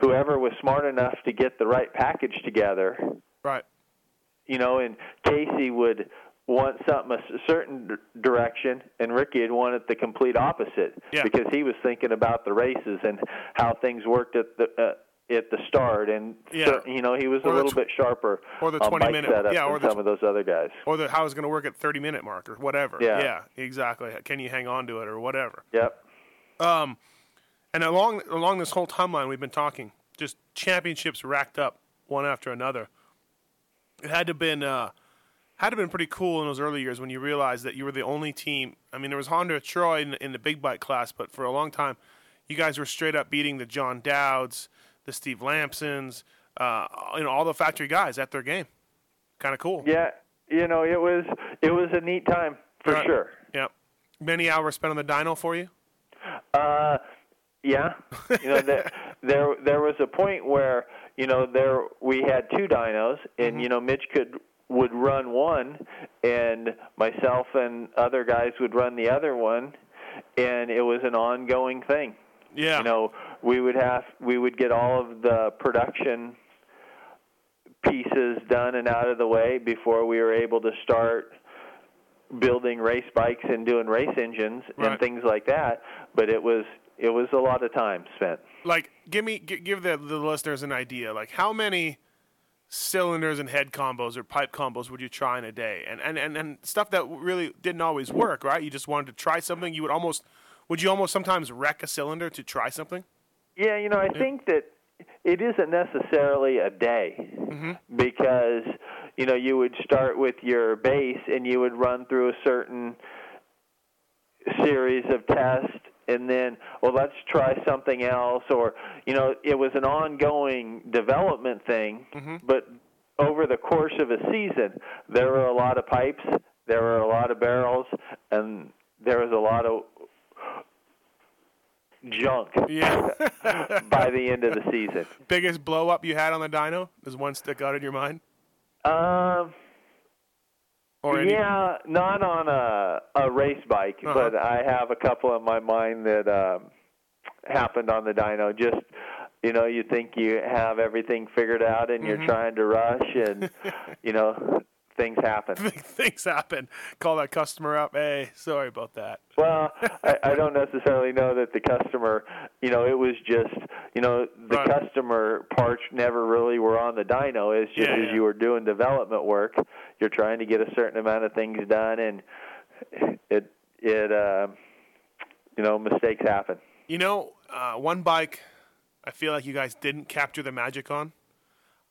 [SPEAKER 8] whoever was smart enough to get the right package together
[SPEAKER 7] Right.
[SPEAKER 8] you know, and Casey would want something a s- certain d- direction, and Ricky would want it the complete opposite
[SPEAKER 7] Yeah.
[SPEAKER 8] because he was thinking about the races and how things worked at the uh, at the start, and
[SPEAKER 7] Yeah.
[SPEAKER 8] certain, you know he was
[SPEAKER 7] Or
[SPEAKER 8] a
[SPEAKER 7] the
[SPEAKER 8] little
[SPEAKER 7] tw-
[SPEAKER 8] bit sharper
[SPEAKER 7] or the
[SPEAKER 8] on
[SPEAKER 7] 20
[SPEAKER 8] bike
[SPEAKER 7] minute-
[SPEAKER 8] setup
[SPEAKER 7] yeah,
[SPEAKER 8] than
[SPEAKER 7] or the
[SPEAKER 8] some
[SPEAKER 7] tw-
[SPEAKER 8] of those other guys.
[SPEAKER 7] Or the how it's going to work at 30 minute mark or whatever.
[SPEAKER 8] Yeah.
[SPEAKER 7] Yeah. Exactly. Can you hang on to it or whatever?
[SPEAKER 8] Yep.
[SPEAKER 7] And along along this whole timeline we've been talking, just championships racked up one after another. It had to been uh, had to been pretty cool in those early years when you realized that you were the only team. I mean, there was Honda Troy in, in the big bike class, but for a long time, you guys were straight up beating the John Dowds, the Steve Lampsons, uh, you know, all the factory guys at their game. Kind of cool.
[SPEAKER 8] Yeah, you know it was it was a neat time for
[SPEAKER 7] Right.
[SPEAKER 8] sure.
[SPEAKER 7] Yep. Many hours spent on the dyno for you.
[SPEAKER 8] Uh, yeah, you know there, there there was a point where you know there we had two dinos, and you know Mitch could would run one, and myself and other guys would run the other one, and it was an ongoing thing.
[SPEAKER 7] Yeah.
[SPEAKER 8] You know we would have we would get all of the production pieces done and out of the way before we were able to start building race bikes and doing race engines
[SPEAKER 7] Right.
[SPEAKER 8] and things like that. But it was it was a lot of time spent.
[SPEAKER 7] like give me g- give the, the listeners an idea like how many cylinders and head combos or pipe combos would you try in a day and and and, and stuff that really didn't always work right you just wanted to try something you would almost would you almost sometimes wreck a cylinder to try something
[SPEAKER 8] Yeah, you know, I think that it isn't necessarily a day because you know you would start with your base and you would run through a certain series of tests and then well let's try something else or you know it was an ongoing development thing but over the course of a season there were a lot of pipes there were a lot of barrels and there was a lot of junk
[SPEAKER 7] yeah
[SPEAKER 8] by the end of the season.
[SPEAKER 7] biggest blow up you had on the dyno does one stick out in your mind
[SPEAKER 8] Um,
[SPEAKER 7] or any
[SPEAKER 8] yeah, not on a a race bike,
[SPEAKER 7] Uh-huh.
[SPEAKER 8] but I have a couple in my mind that um, happened on the dyno. Just you know, you think you have everything figured out, and
[SPEAKER 7] Mm-hmm.
[SPEAKER 8] you're trying to rush, and you know, things happen.
[SPEAKER 7] things happen call that customer up hey sorry about that
[SPEAKER 8] Well, I, I don't necessarily know that the customer, you know, it was just, you know, the
[SPEAKER 7] Right.
[SPEAKER 8] customer parts never really were on the dyno. It's just
[SPEAKER 7] Yeah,
[SPEAKER 8] as
[SPEAKER 7] yeah.
[SPEAKER 8] you were doing development work, you're trying to get a certain amount of things done, and it, it, uh, you know, mistakes happen.
[SPEAKER 7] You know, uh, one bike I feel like you guys didn't capture the magic on.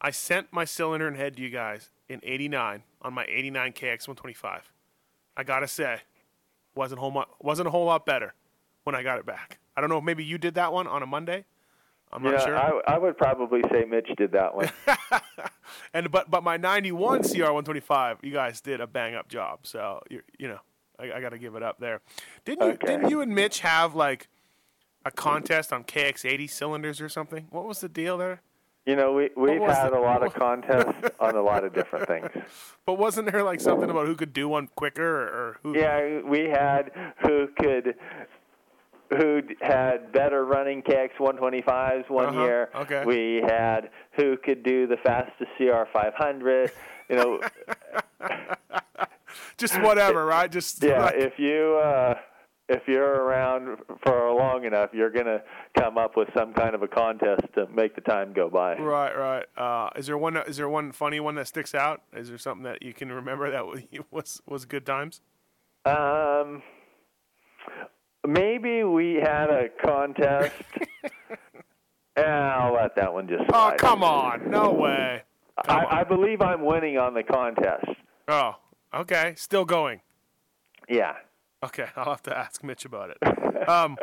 [SPEAKER 7] I sent my cylinder and head to you guys in 89 on my 89 KX125. I got to say, wasn't, whole mu- wasn't a whole lot better when I got it back. I don't know if maybe you did that one on a Monday. I'm not
[SPEAKER 8] yeah,
[SPEAKER 7] sure.
[SPEAKER 8] I, I would probably say Mitch did that one.
[SPEAKER 7] and but but my 91 CR125, you guys did a bang up job. So you you know, I, I got to give it up there. Didn't you
[SPEAKER 8] Okay.
[SPEAKER 7] didn't you and Mitch have like a contest on KX80 cylinders or something? What was the deal there?
[SPEAKER 8] You know, we we've
[SPEAKER 7] was
[SPEAKER 8] had
[SPEAKER 7] it?
[SPEAKER 8] a lot of contests on a lot of different things.
[SPEAKER 7] But wasn't there like something about who could do one quicker or, or who?
[SPEAKER 8] Yeah, we had who could who had better running kicks, 125s one
[SPEAKER 7] Uh-huh,
[SPEAKER 8] year.
[SPEAKER 7] okay.
[SPEAKER 8] We had who could do the fastest CR 500. You know,
[SPEAKER 7] Just whatever, right? Just
[SPEAKER 8] yeah,
[SPEAKER 7] like-
[SPEAKER 8] if you uh if you're around for long enough, you're going to come up with some kind of a contest to make the time go by.
[SPEAKER 7] Right, right. Uh, is there one? Is there one funny one that sticks out? Is there something that you can remember that was was, was good times?
[SPEAKER 8] Um, maybe we had a contest. Eh, I'll let that one just
[SPEAKER 7] Oh,
[SPEAKER 8] slide.
[SPEAKER 7] come on! No way.
[SPEAKER 8] I, I believe I'm winning on the contest.
[SPEAKER 7] Oh, okay. Still going.
[SPEAKER 8] Yeah.
[SPEAKER 7] Okay, I'll have to ask Mitch about it. Um,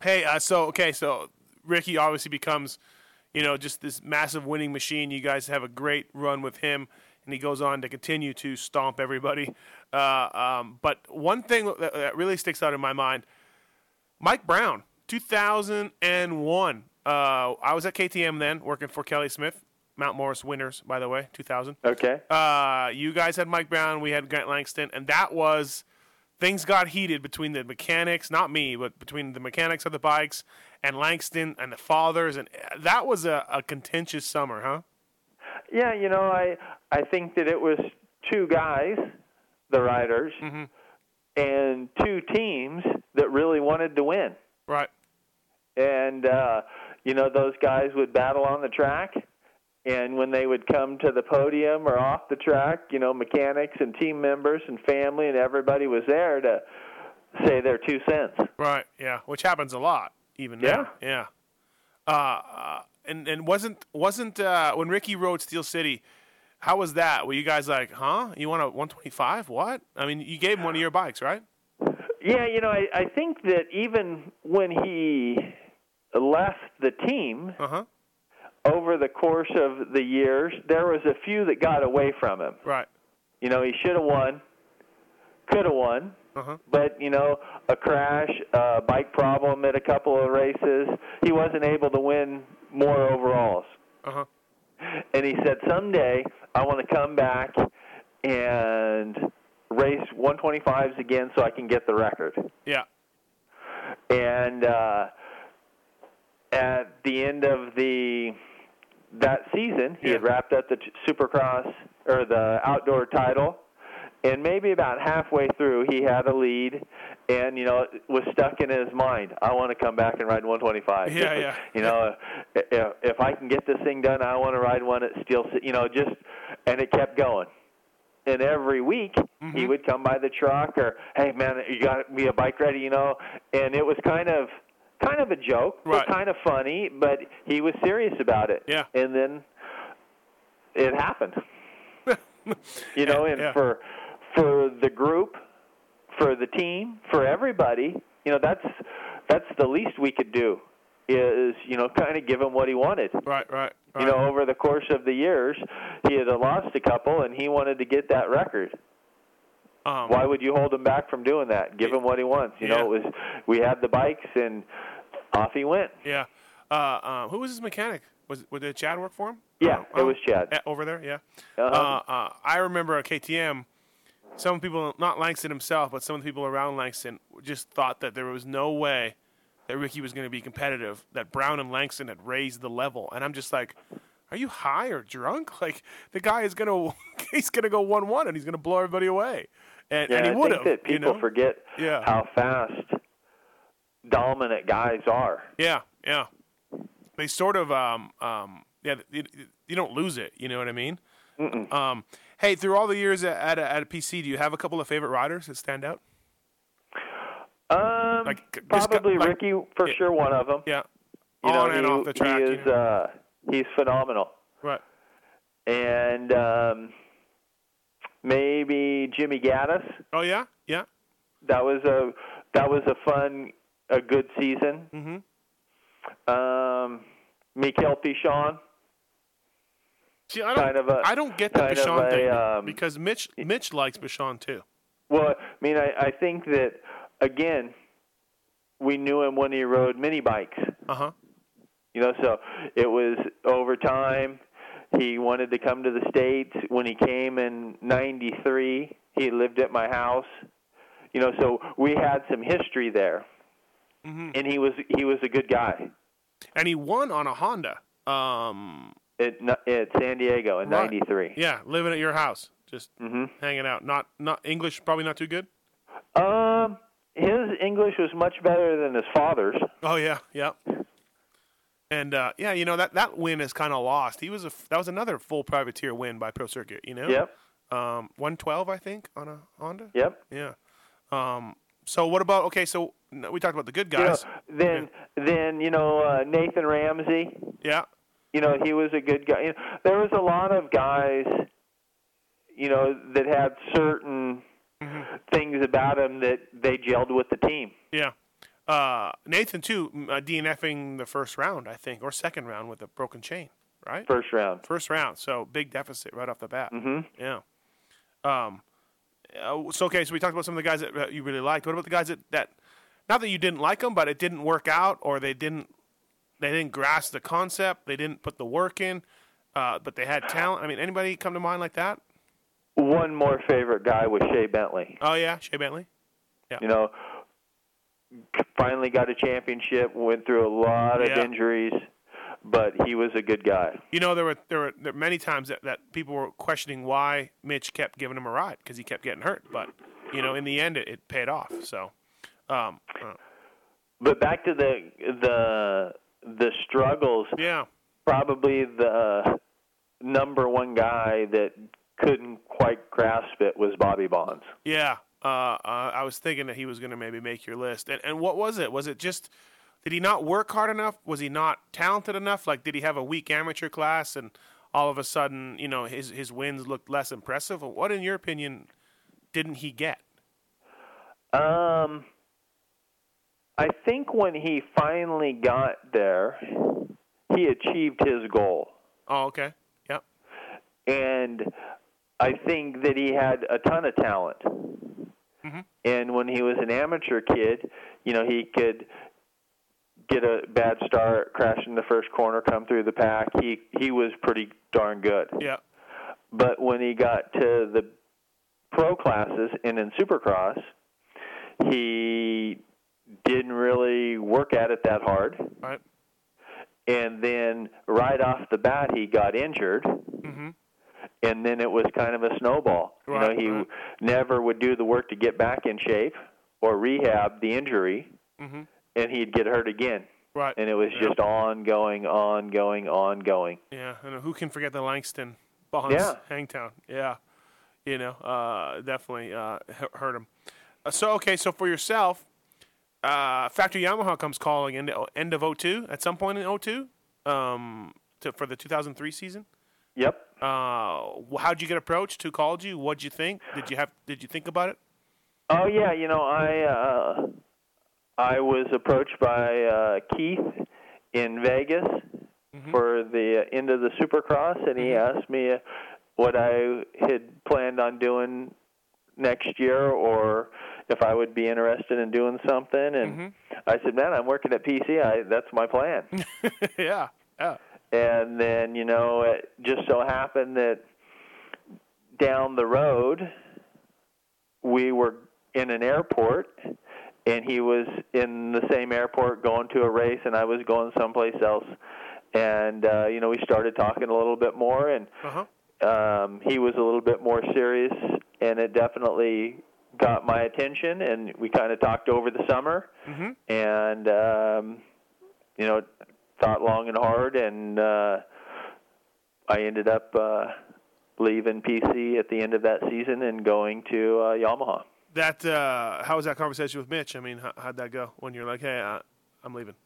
[SPEAKER 7] hey, uh, so okay, so Ricky obviously becomes, you know, just this massive winning machine. You guys have a great run with him, and he goes on to continue to stomp everybody. Uh, um, but one thing that, that really sticks out in my mind, Mike Brown, 2001. Uh, I was at KTM then, working for Kelly Smith, Mount Morris winners, by the way, 2000
[SPEAKER 8] Okay.
[SPEAKER 7] uh, you guys had Mike Brown, we had Grant Langston, and that was things got heated between the mechanics, not me, but between the mechanics of the bikes and Langston and the fathers, and uh, that was a, a contentious summer, huh?
[SPEAKER 8] Yeah, you know, I I think that it was two guys, the riders, and two teams that really wanted to win.
[SPEAKER 7] Right.
[SPEAKER 8] And uh, you know, those guys would battle on the track, and when they would come to the podium or off the track, you know, mechanics and team members and family and everybody was there to say their two cents.
[SPEAKER 7] Right. Yeah, which happens a lot, even now. Yeah. Uh, and and wasn't wasn't uh, when Ricky rode Steel City. How was that? Were you guys like, huh? You want a 125? What? I mean, you gave him one of your bikes, right?
[SPEAKER 8] Yeah, you know, I, I think that even when he left the team
[SPEAKER 7] Uh huh.
[SPEAKER 8] over the course of the years, there was a few that got away from him.
[SPEAKER 7] Right.
[SPEAKER 8] You know, he should have won, could have won,
[SPEAKER 7] Uh-huh.
[SPEAKER 8] but you know, a crash, a bike problem at a couple of races, he wasn't able to win more overalls.
[SPEAKER 7] Uh huh.
[SPEAKER 8] And he said, someday I want to come back and race 125s again so I can get the record.
[SPEAKER 7] Yeah.
[SPEAKER 8] and uh, at the end of the that season, he had
[SPEAKER 7] Yeah.
[SPEAKER 8] wrapped up the t- Supercross or the outdoor title, and maybe about halfway through, he had a lead, and you know it was stuck in his mind. I want to come back and ride 125.
[SPEAKER 7] Yeah, yeah.
[SPEAKER 8] You know, if, if I can get this thing done, I want to ride one at Steel. Ci- You know, just and it kept going and every week
[SPEAKER 7] Mm-hmm.
[SPEAKER 8] he would come by the truck or hey man you got me a bike ready you know and it was kind of kind of a joke
[SPEAKER 7] Right.
[SPEAKER 8] but kind of funny but he was serious about it
[SPEAKER 7] Yeah.
[SPEAKER 8] and then it happened you know and
[SPEAKER 7] Yeah.
[SPEAKER 8] for for the group for the team for everybody you know that's that's the least we could do is you know kind of give him what he wanted
[SPEAKER 7] Right. Right. right.
[SPEAKER 8] you know, over the course of the years, he had uh, lost a couple, and he wanted to get that record.
[SPEAKER 7] Um,
[SPEAKER 8] Why would you hold him back from doing that? Give him what he wants. You know,
[SPEAKER 7] Yeah.
[SPEAKER 8] it was we had the bikes, and off he went.
[SPEAKER 7] Yeah. Uh, um, who was his mechanic? Was would did Chad work for him?
[SPEAKER 8] Yeah, it was Chad.
[SPEAKER 7] Eh, Over there, yeah.
[SPEAKER 8] Uh-huh.
[SPEAKER 7] Uh, uh, I remember at KTM, some people, not Langston himself, but some of the people around Langston, just thought that there was no way that Ricky was going to be competitive. That Brown and Langston had raised the level, and I'm just like, are you high or drunk? Like the guy is going to, he's going to go one one, and he's going to blow everybody away. And,
[SPEAKER 8] Yeah,
[SPEAKER 7] and he
[SPEAKER 8] I
[SPEAKER 7] would
[SPEAKER 8] think
[SPEAKER 7] have.
[SPEAKER 8] that people
[SPEAKER 7] you know?
[SPEAKER 8] forget
[SPEAKER 7] Yeah.
[SPEAKER 8] how fast dominant guys are.
[SPEAKER 7] Yeah, yeah. They sort of um um yeah you, you don't lose it. You know what I mean? Um, hey, through all the years at at a, at a PC, do you have a couple of favorite riders that stand out?
[SPEAKER 8] Um,
[SPEAKER 7] Like, c- just go-
[SPEAKER 8] probably
[SPEAKER 7] like-
[SPEAKER 8] Ricky for sure, one of them.
[SPEAKER 7] Yeah,
[SPEAKER 8] You know,
[SPEAKER 7] on and
[SPEAKER 8] he-
[SPEAKER 7] off the track.
[SPEAKER 8] he
[SPEAKER 7] you
[SPEAKER 8] is
[SPEAKER 7] know?
[SPEAKER 8] uh, he's phenomenal.
[SPEAKER 7] right.
[SPEAKER 8] and um, maybe Jimmy Gaddis.
[SPEAKER 7] Oh yeah, yeah.
[SPEAKER 8] That was a that was a fun, a good season.
[SPEAKER 7] Mhm.
[SPEAKER 8] Um, Mikel Pichon.
[SPEAKER 7] See, I don't,
[SPEAKER 8] Kind of a-
[SPEAKER 7] I don't get the
[SPEAKER 8] kind of
[SPEAKER 7] Bashan
[SPEAKER 8] a,
[SPEAKER 7] thing
[SPEAKER 8] um,
[SPEAKER 7] because Mitch Mitch likes Bashan too.
[SPEAKER 8] Well, I mean, I, I think that again, we knew him when he rode mini bikes,
[SPEAKER 7] Uh huh.
[SPEAKER 8] You know, so it was over time. He wanted to come to the states when he came in '93. He lived at my house. You know, so we had some history there, and he was he was a good guy
[SPEAKER 7] and he won on a Honda. Um,
[SPEAKER 8] at at San Diego in
[SPEAKER 7] Right.
[SPEAKER 8] '93.
[SPEAKER 7] yeah, living at your house, just
[SPEAKER 8] Mm-hmm.
[SPEAKER 7] hanging out. Not not English, probably not too good.
[SPEAKER 8] Um, his English was much better than his father's.
[SPEAKER 7] Oh yeah, yeah. And uh, yeah, you know that that win is kind of lost. He was a f- that was another full privateer win by Pro Circuit. You know,
[SPEAKER 8] Yep.
[SPEAKER 7] Um, one twelve, I think, on a Honda.
[SPEAKER 8] Yep.
[SPEAKER 7] Yeah. Um, so what about okay? So no, we talked about the good
[SPEAKER 8] You know,
[SPEAKER 7] guys.
[SPEAKER 8] then then you know uh, Nathan Ramsey.
[SPEAKER 7] yeah.
[SPEAKER 8] You know he was a good guy. You know, there was a lot of guys, you know, that had certain things about them that they gelled with the team.
[SPEAKER 7] Yeah. Uh, Nathan too, m- uh, DNFing the first round, I think, or second round with a broken chain, right?
[SPEAKER 8] First round.
[SPEAKER 7] First round, so big deficit right off the bat. Mm-hmm. Yeah. Um. uh, so okay, so we talked about some of the guys that uh, you really liked. What about the guys that, that not that you didn't like them, but it didn't work out, or they didn't they didn't grasp the concept, they didn't put the work in, uh, but they had talent. I mean, anybody come to mind like that?
[SPEAKER 8] One more favorite guy was Shea Bentley.
[SPEAKER 7] Oh yeah, Shea Bentley.
[SPEAKER 8] You know, finally got a championship. Went through a lot of
[SPEAKER 7] Yeah.
[SPEAKER 8] injuries, but he was a good guy.
[SPEAKER 7] You know, there were there were there were many times that, that people were questioning why Mitch kept giving him a ride because he kept getting hurt. But you know, in the end, it, it paid off. So, um, uh,
[SPEAKER 8] But back to the the the struggles.
[SPEAKER 7] yeah,
[SPEAKER 8] Probably the number one guy that couldn't quite grasp it was Bobby Bonds.
[SPEAKER 7] yeah. Uh, uh, I was thinking that he was going to maybe make your list. And and what was it? Was it just did he not work hard enough? Was he not talented enough? Like, did he have a weak amateur class and all of a sudden, you know, his his wins looked less impressive? What, in your opinion, didn't he get?
[SPEAKER 8] Um, I think when he finally got there, he achieved his goal,
[SPEAKER 7] Oh, okay. Yep.
[SPEAKER 8] and I think that he had a ton of talent. And when he was an amateur kid, you know, he could get a bad start, crash in the first corner, come through the pack. He he was pretty darn good.
[SPEAKER 7] Yep.
[SPEAKER 8] But when he got to the pro classes and in Supercross, he didn't really work at it that hard.
[SPEAKER 7] Right.
[SPEAKER 8] And then right off the bat, he got injured. And then it was kind of a snowball.
[SPEAKER 7] Mm-hmm. Right,
[SPEAKER 8] you know, he
[SPEAKER 7] right.
[SPEAKER 8] never would do the work to get back in shape or rehab the injury,
[SPEAKER 7] Mm-hmm.
[SPEAKER 8] and he'd get hurt again.
[SPEAKER 7] Right.
[SPEAKER 8] And it was just ongoing, ongoing, ongoing.
[SPEAKER 7] Yeah, and who can forget the Langston Bonds
[SPEAKER 8] Yeah.
[SPEAKER 7] Hangtown? Yeah, you know, uh, definitely uh, hu- hurt him. Uh, so okay, so for yourself, uh, Factory Yamaha comes calling in the end of 02 at some point in 02 um, to, for the 2003 season.
[SPEAKER 8] Yep.
[SPEAKER 7] Uh, wh- how'd you get approached? Who called you? What'd you think? Did you have? Did you think about it?
[SPEAKER 8] Oh yeah, you know I uh, I was approached by uh, Keith in Vegas for the end of the Supercross, and he asked me uh, what I had planned on doing next year, or if I would be interested in doing something. And I said, "Man, I'm working at PC. I, that's my plan."
[SPEAKER 7] yeah, yeah,
[SPEAKER 8] and then you know it just so happened that down the road we were in an airport and he was in the same airport going to a race and I was going someplace else and uh you know we started talking a little bit more and
[SPEAKER 7] uh-huh.
[SPEAKER 8] um he was a little bit more serious and it definitely got my attention and we kind of talked over the summer and um you know thought long and hard and uh I ended up uh leaving PC at the end of that season and going to uh Yamaha.
[SPEAKER 7] That uh, how was that conversation with Mitch? I mean, how, how'd that go when you're like, hey, uh, I'm leaving?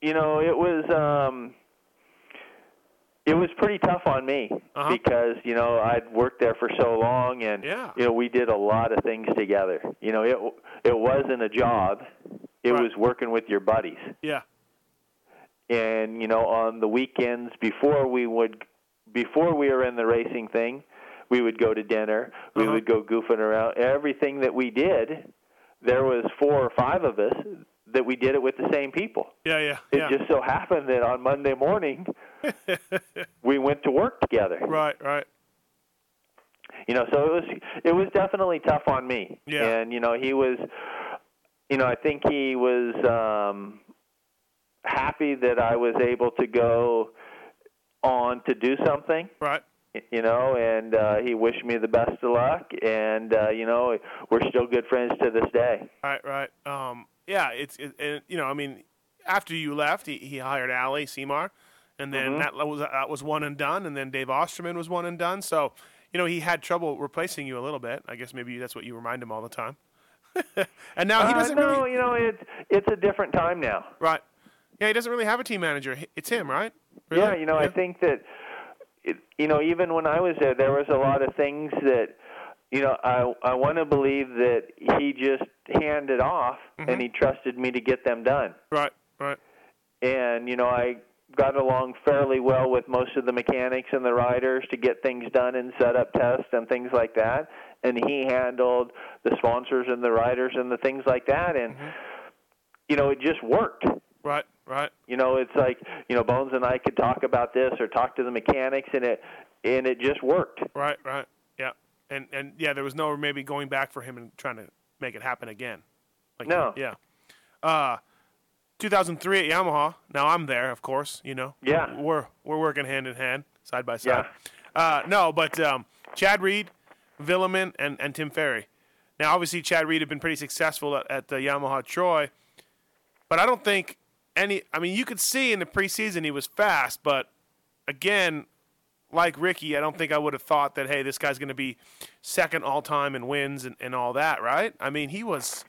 [SPEAKER 8] you know, it was um it was pretty tough on me
[SPEAKER 7] Uh-huh.
[SPEAKER 8] because, you know, I'd worked there for so long and
[SPEAKER 7] Yeah.
[SPEAKER 8] you know, we did a lot of things together. You know, it it wasn't a job. It
[SPEAKER 7] Right.
[SPEAKER 8] was working with your buddies.
[SPEAKER 7] Yeah,
[SPEAKER 8] And, you know, on the weekends before we would before we were in the racing thing, we would go to dinner, we
[SPEAKER 7] Uh-huh.
[SPEAKER 8] would go goofing around. Everything that we did, there was four or five of us that we did it with the same people.
[SPEAKER 7] Yeah, yeah,
[SPEAKER 8] It
[SPEAKER 7] yeah.
[SPEAKER 8] just so happened that on Monday morning we went to work together.
[SPEAKER 7] right, right.
[SPEAKER 8] You know, so it was it was definitely tough on me.
[SPEAKER 7] Yeah.
[SPEAKER 8] And you know, he was you know, I think he was um happy that I was able to go on to do something
[SPEAKER 7] Right.
[SPEAKER 8] you know, and uh, he wished me the best of luck, and uh, you know, we're still good friends to this day.
[SPEAKER 7] Right. Right. Um. Yeah. It's it, and you know I mean after you left he, he hired Ali Seymour, and then
[SPEAKER 8] Mm-hmm.
[SPEAKER 7] that was that was one and done, and then Dave Osterman was one and done. So you know he had trouble replacing you a little bit. I guess maybe that's what you remind him all the time. and now he
[SPEAKER 8] Uh,
[SPEAKER 7] doesn't
[SPEAKER 8] no,
[SPEAKER 7] really
[SPEAKER 8] you know, it's it's a different time now.
[SPEAKER 7] right. Yeah, he doesn't really have a team manager. H- It's him, right? Really?
[SPEAKER 8] Yeah, you know, I think that it, you know, even when I was there, there was a lot of things that you know, I I want to believe that he just handed off and he trusted me to get them done.
[SPEAKER 7] Right. Right.
[SPEAKER 8] and you know I got along fairly well with most of the mechanics and the riders to get things done and set up tests and things like that and he handled the sponsors and the riders and the things like that and you know it just worked
[SPEAKER 7] Right. Right.
[SPEAKER 8] you know it's like you know bones and I could talk about this or talk to the mechanics and it and it just worked
[SPEAKER 7] Right, right, yeah, and and yeah, there was no maybe going back for him and trying to make it happen again. Like,
[SPEAKER 8] No.
[SPEAKER 7] yeah. Uh, 2003 at Yamaha. Now I'm there, of course. You know,
[SPEAKER 8] Yeah.
[SPEAKER 7] we're we're working hand in hand, side by side. Uh, no, but um, Chad Reed, Villeman, and and Tim Ferry. Now, obviously, Chad Reed had been pretty successful at, at the Yamaha Troy, but I don't think any. I mean, you could see in the preseason he was fast, but again, like Ricky, I don't think I would have thought that, hey, this guy's going to be second all time in wins and, and all that, right? I mean, he was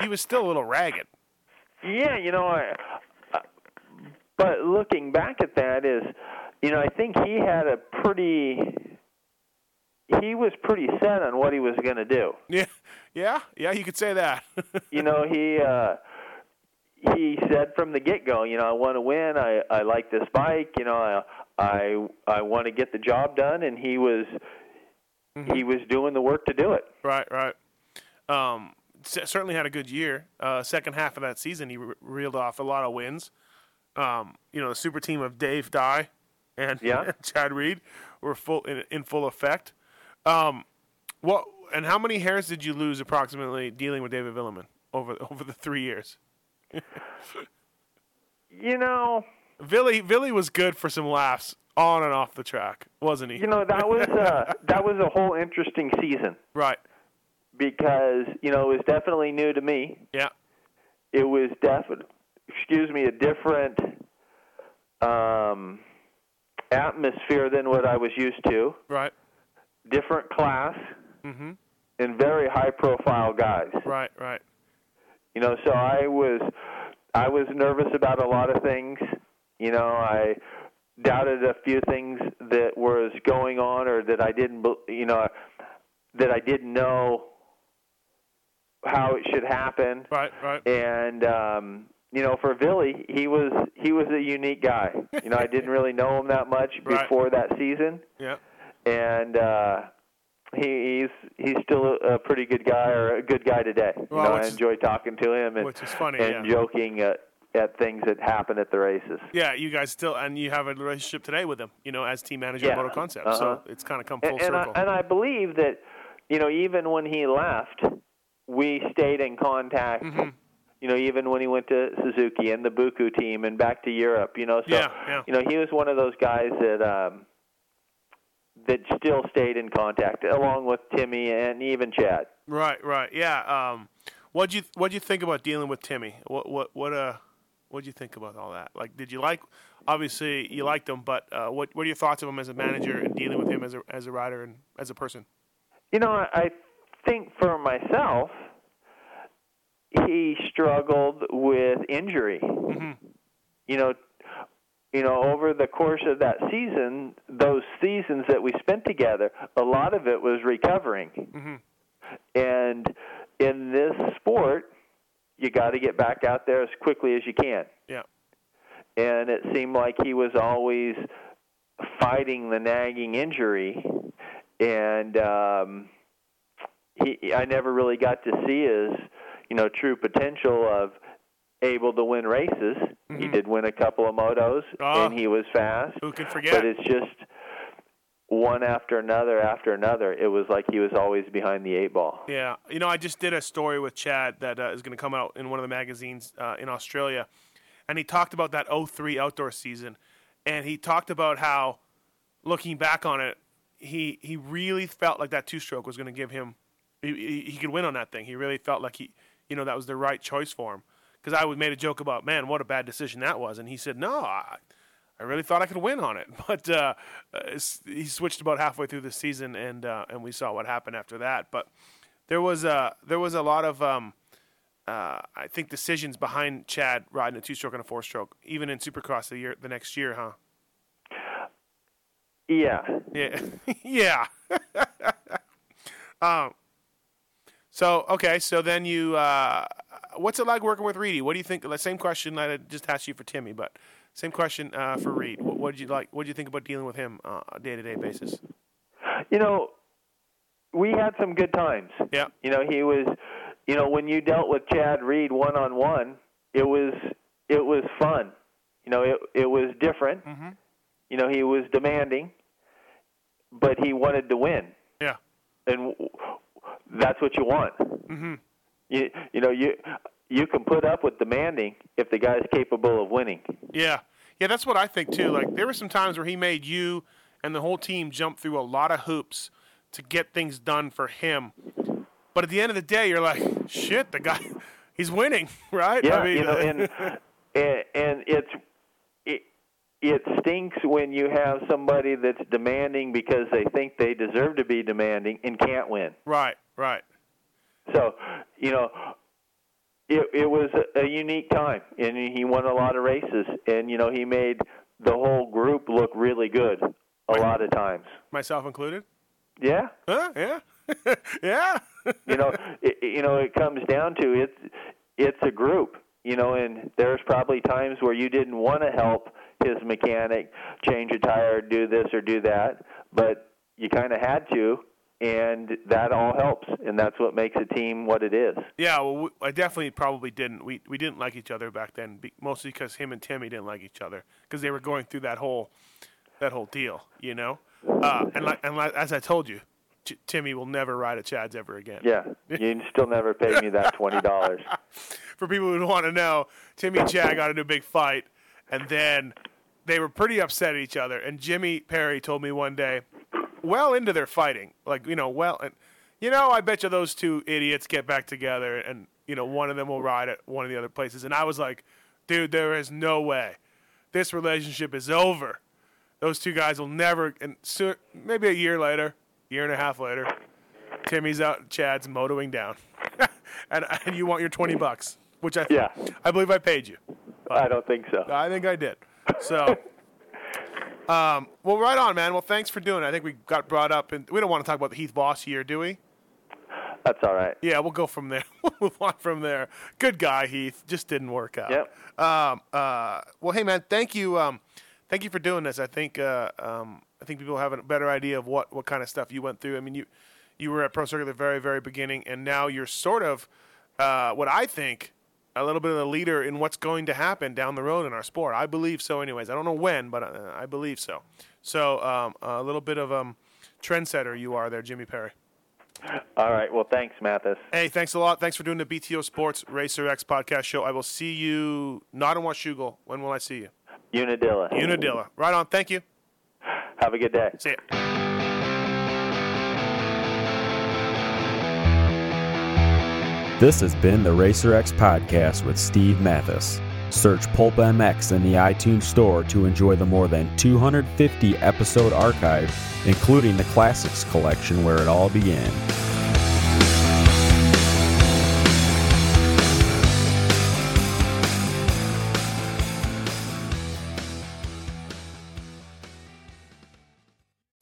[SPEAKER 7] he was still a little ragged.
[SPEAKER 8] Yeah, you know, I, I- but looking back at that is, you know, I think he had a pretty, he was pretty set on what he was going to do.
[SPEAKER 7] Yeah, yeah, yeah. You could say that.
[SPEAKER 8] You know, he uh, he said from the get go, you know, I want to win. I I like this bike. You know, I I I want to get the job done, and he was he was doing the work to do it.
[SPEAKER 7] right, right. Um, c- certainly had a good year. Uh, second half of that season, he re- reeled off a lot of wins. Um, you know, the super team of Dave Dye and
[SPEAKER 8] Yeah.
[SPEAKER 7] Chad Reed were full in, in full effect. Um, what and how many hairs did you lose approximately dealing with David Villeman over over the three years?
[SPEAKER 8] You know,
[SPEAKER 7] Villy Villy was good for some laughs on and off the track, wasn't he?
[SPEAKER 8] you know that was uh, that was a whole interesting season
[SPEAKER 7] right.
[SPEAKER 8] because you know it was definitely new to me.
[SPEAKER 7] Yeah.
[SPEAKER 8] it was definitely, excuse me, a different um, atmosphere than what I was used to.
[SPEAKER 7] Right.
[SPEAKER 8] Different class, and very high-profile guys.
[SPEAKER 7] Right. Right.
[SPEAKER 8] You know, so I was, I was nervous about a lot of things. You know, I doubted a few things that was going on, or that I didn't, bel- you know, that I didn't know how it should happen
[SPEAKER 7] Right. Right.
[SPEAKER 8] and um you know for Billy he was he was a unique guy you know I didn't really know him that much
[SPEAKER 7] Right.
[SPEAKER 8] before that season
[SPEAKER 7] Yeah.
[SPEAKER 8] and uh he, he's he's still a pretty good guy or a good guy today you
[SPEAKER 7] Well,
[SPEAKER 8] know
[SPEAKER 7] which
[SPEAKER 8] I
[SPEAKER 7] is-
[SPEAKER 8] enjoy talking to him and
[SPEAKER 7] which is funny,
[SPEAKER 8] and
[SPEAKER 7] yeah.
[SPEAKER 8] joking at at things that happen at the races
[SPEAKER 7] Yeah. You guys still and you have a relationship today with him, you know, as team manager
[SPEAKER 8] Yeah.
[SPEAKER 7] of Moto Concept. So
[SPEAKER 8] Uh-huh.
[SPEAKER 7] it's kind of come full
[SPEAKER 8] and, and I
[SPEAKER 7] circle.
[SPEAKER 8] and I believe that you know even when he left we stayed in contact
[SPEAKER 7] Mm-hmm.
[SPEAKER 8] you know, even when he went to Suzuki and the Buku team and back to Europe, you know, so
[SPEAKER 7] Yeah, yeah.
[SPEAKER 8] you know, he was one of those guys that um that still stayed in contact along with Timmy and even Chad.
[SPEAKER 7] right. Right. Yeah. Um, what'd you What'd you think about dealing with Timmy? What What What uh What'd you think about all that? Like, did you like? Obviously, you liked him, but uh, what What are your thoughts of him as a manager and dealing with him as a as a rider and as a person?
[SPEAKER 8] You know, I, I think for myself he struggled with injury. You know, you know, over the course of that season, those seasons that we spent together, a lot of it was recovering. And in this sport, you got to get back out there as quickly as you can.
[SPEAKER 7] Yeah.
[SPEAKER 8] And it seemed like he was always fighting the nagging injury, and um, he I never really got to see his you know true potential of able to win races. He did win a couple of motos,
[SPEAKER 7] Mm-hmm. Ah.
[SPEAKER 8] and he was fast.
[SPEAKER 7] Who could forget?
[SPEAKER 8] But it's just one after another after another. It was like he was always behind the eight ball.
[SPEAKER 7] Yeah, you know, I just did a story with Chad that uh, is going to come out in one of the magazines uh, in Australia, and he talked about that 03 outdoor season, and he talked about how, looking back on it, he he really felt like that two stroke was going to give him, he- he, he could win on that thing. He really felt like he, you know, that was the right choice for him. Because I would made a joke about, man, what a bad decision that was, and he said, no, I, I really thought I could win on it, but uh, uh, s- he switched about halfway through the season, and uh, and we saw what happened after that. But there was a there was a lot of um, uh, I think decisions behind Chad riding a two stroke and a four stroke, even in Supercross the year the next year, huh?
[SPEAKER 8] Yeah,
[SPEAKER 7] Yeah, yeah. um, so okay, so then you, uh, what's it like working with Reedy? What do you think? the Same question that I just asked you for Timmy, but same question uh, for Reed. What, what did you like? What did you think about dealing with him uh, on a day to day basis?
[SPEAKER 8] you know, we had some good times.
[SPEAKER 7] Yeah,
[SPEAKER 8] You know, he was, you know, when you dealt with Chad Reed one on one, it was it was fun. You know, it it was different. You know, he was demanding, but he wanted to win,
[SPEAKER 7] yeah,
[SPEAKER 8] and w- that's what you want. Mm-hmm. You you know you you can put up with demanding if the guy's capable of winning.
[SPEAKER 7] yeah, yeah. That's what I think too. Like there were some times where he made you and the whole team jump through a lot of hoops to get things done for him. But at the end of the day, you're like, shit, the guy, he's winning, right?
[SPEAKER 8] Yeah, you know, and and, and it's it, it stinks when you have somebody that's demanding because they think they deserve to be demanding and can't win.
[SPEAKER 7] right, right.
[SPEAKER 8] So, you know, it it was a, a unique time, and he won a lot of races, and you know, he made the whole group look really good a lot of times.
[SPEAKER 7] myself included.
[SPEAKER 8] Yeah.
[SPEAKER 7] Huh? Yeah, yeah,
[SPEAKER 8] you know, it, you know, it comes down to it's it's a group, you know, and there's probably times where you didn't want to help his mechanic change a tire, do this or do that, but you kind of had to, and that all helps, and that's what makes a team what it is.
[SPEAKER 7] yeah. Well, we, I definitely probably didn't. We we didn't like each other back then, be, mostly because him and Timmy didn't like each other because they were going through that whole that whole deal, you know. Uh, and like and like, as I told you, Ch- Timmy will never ride at Chad's ever again.
[SPEAKER 8] Yeah, you still never paid me that twenty dollars.
[SPEAKER 7] For people who want to know, Timmy and Chad got into a big fight, and then they were pretty upset at each other. And Jimmy Perry told me one day, well into their fighting, like you know, well, and you know, I bet you those two idiots get back together, and you know, one of them will ride at one of the other places. And I was like, dude, there is no way this relationship is over. Those two guys will never. And soon, maybe a year later, year and a half later, Timmy's out, Chad's motoing down, and, and you want your twenty bucks, which I
[SPEAKER 8] Yeah.
[SPEAKER 7] I believe I paid you.
[SPEAKER 8] I don't think so.
[SPEAKER 7] I think I did. So, um, well, right on, man. Well, thanks for doing it. I think we got brought up, and we don't want to talk about the Heath Boss year, do we?
[SPEAKER 8] That's all right.
[SPEAKER 7] Yeah, we'll go from there. we'll move on from there. Good guy, Heath. Just didn't work out.
[SPEAKER 8] Yep.
[SPEAKER 7] Um, uh, well, hey, man. Thank you. Um, thank you for doing this. I think uh, um, I think people have a better idea of what, what kind of stuff you went through. I mean, you you were at Pro Circuit at the very very beginning, and now you're sort of uh, what I think a little bit of the leader in what's going to happen down the road in our sport. I believe so. Anyways, I don't know when, but uh, I believe so. So um, a little bit of um, trendsetter you are there, Jimmy Perry.
[SPEAKER 8] All right. Well, thanks, Mathis.
[SPEAKER 7] Hey, thanks a lot. Thanks for doing the BTO Sports Racer X podcast show. I will see you not in Washougal. When will I see you?
[SPEAKER 8] Unadilla.
[SPEAKER 7] Unadilla. Right on. Thank you.
[SPEAKER 8] Have a good day.
[SPEAKER 7] See ya.
[SPEAKER 9] This has been the Racer X Podcast with Steve Mathis. Search Pulp MX in the iTunes Store to enjoy the more than 250 episode archive, including the Classics collection where it all began.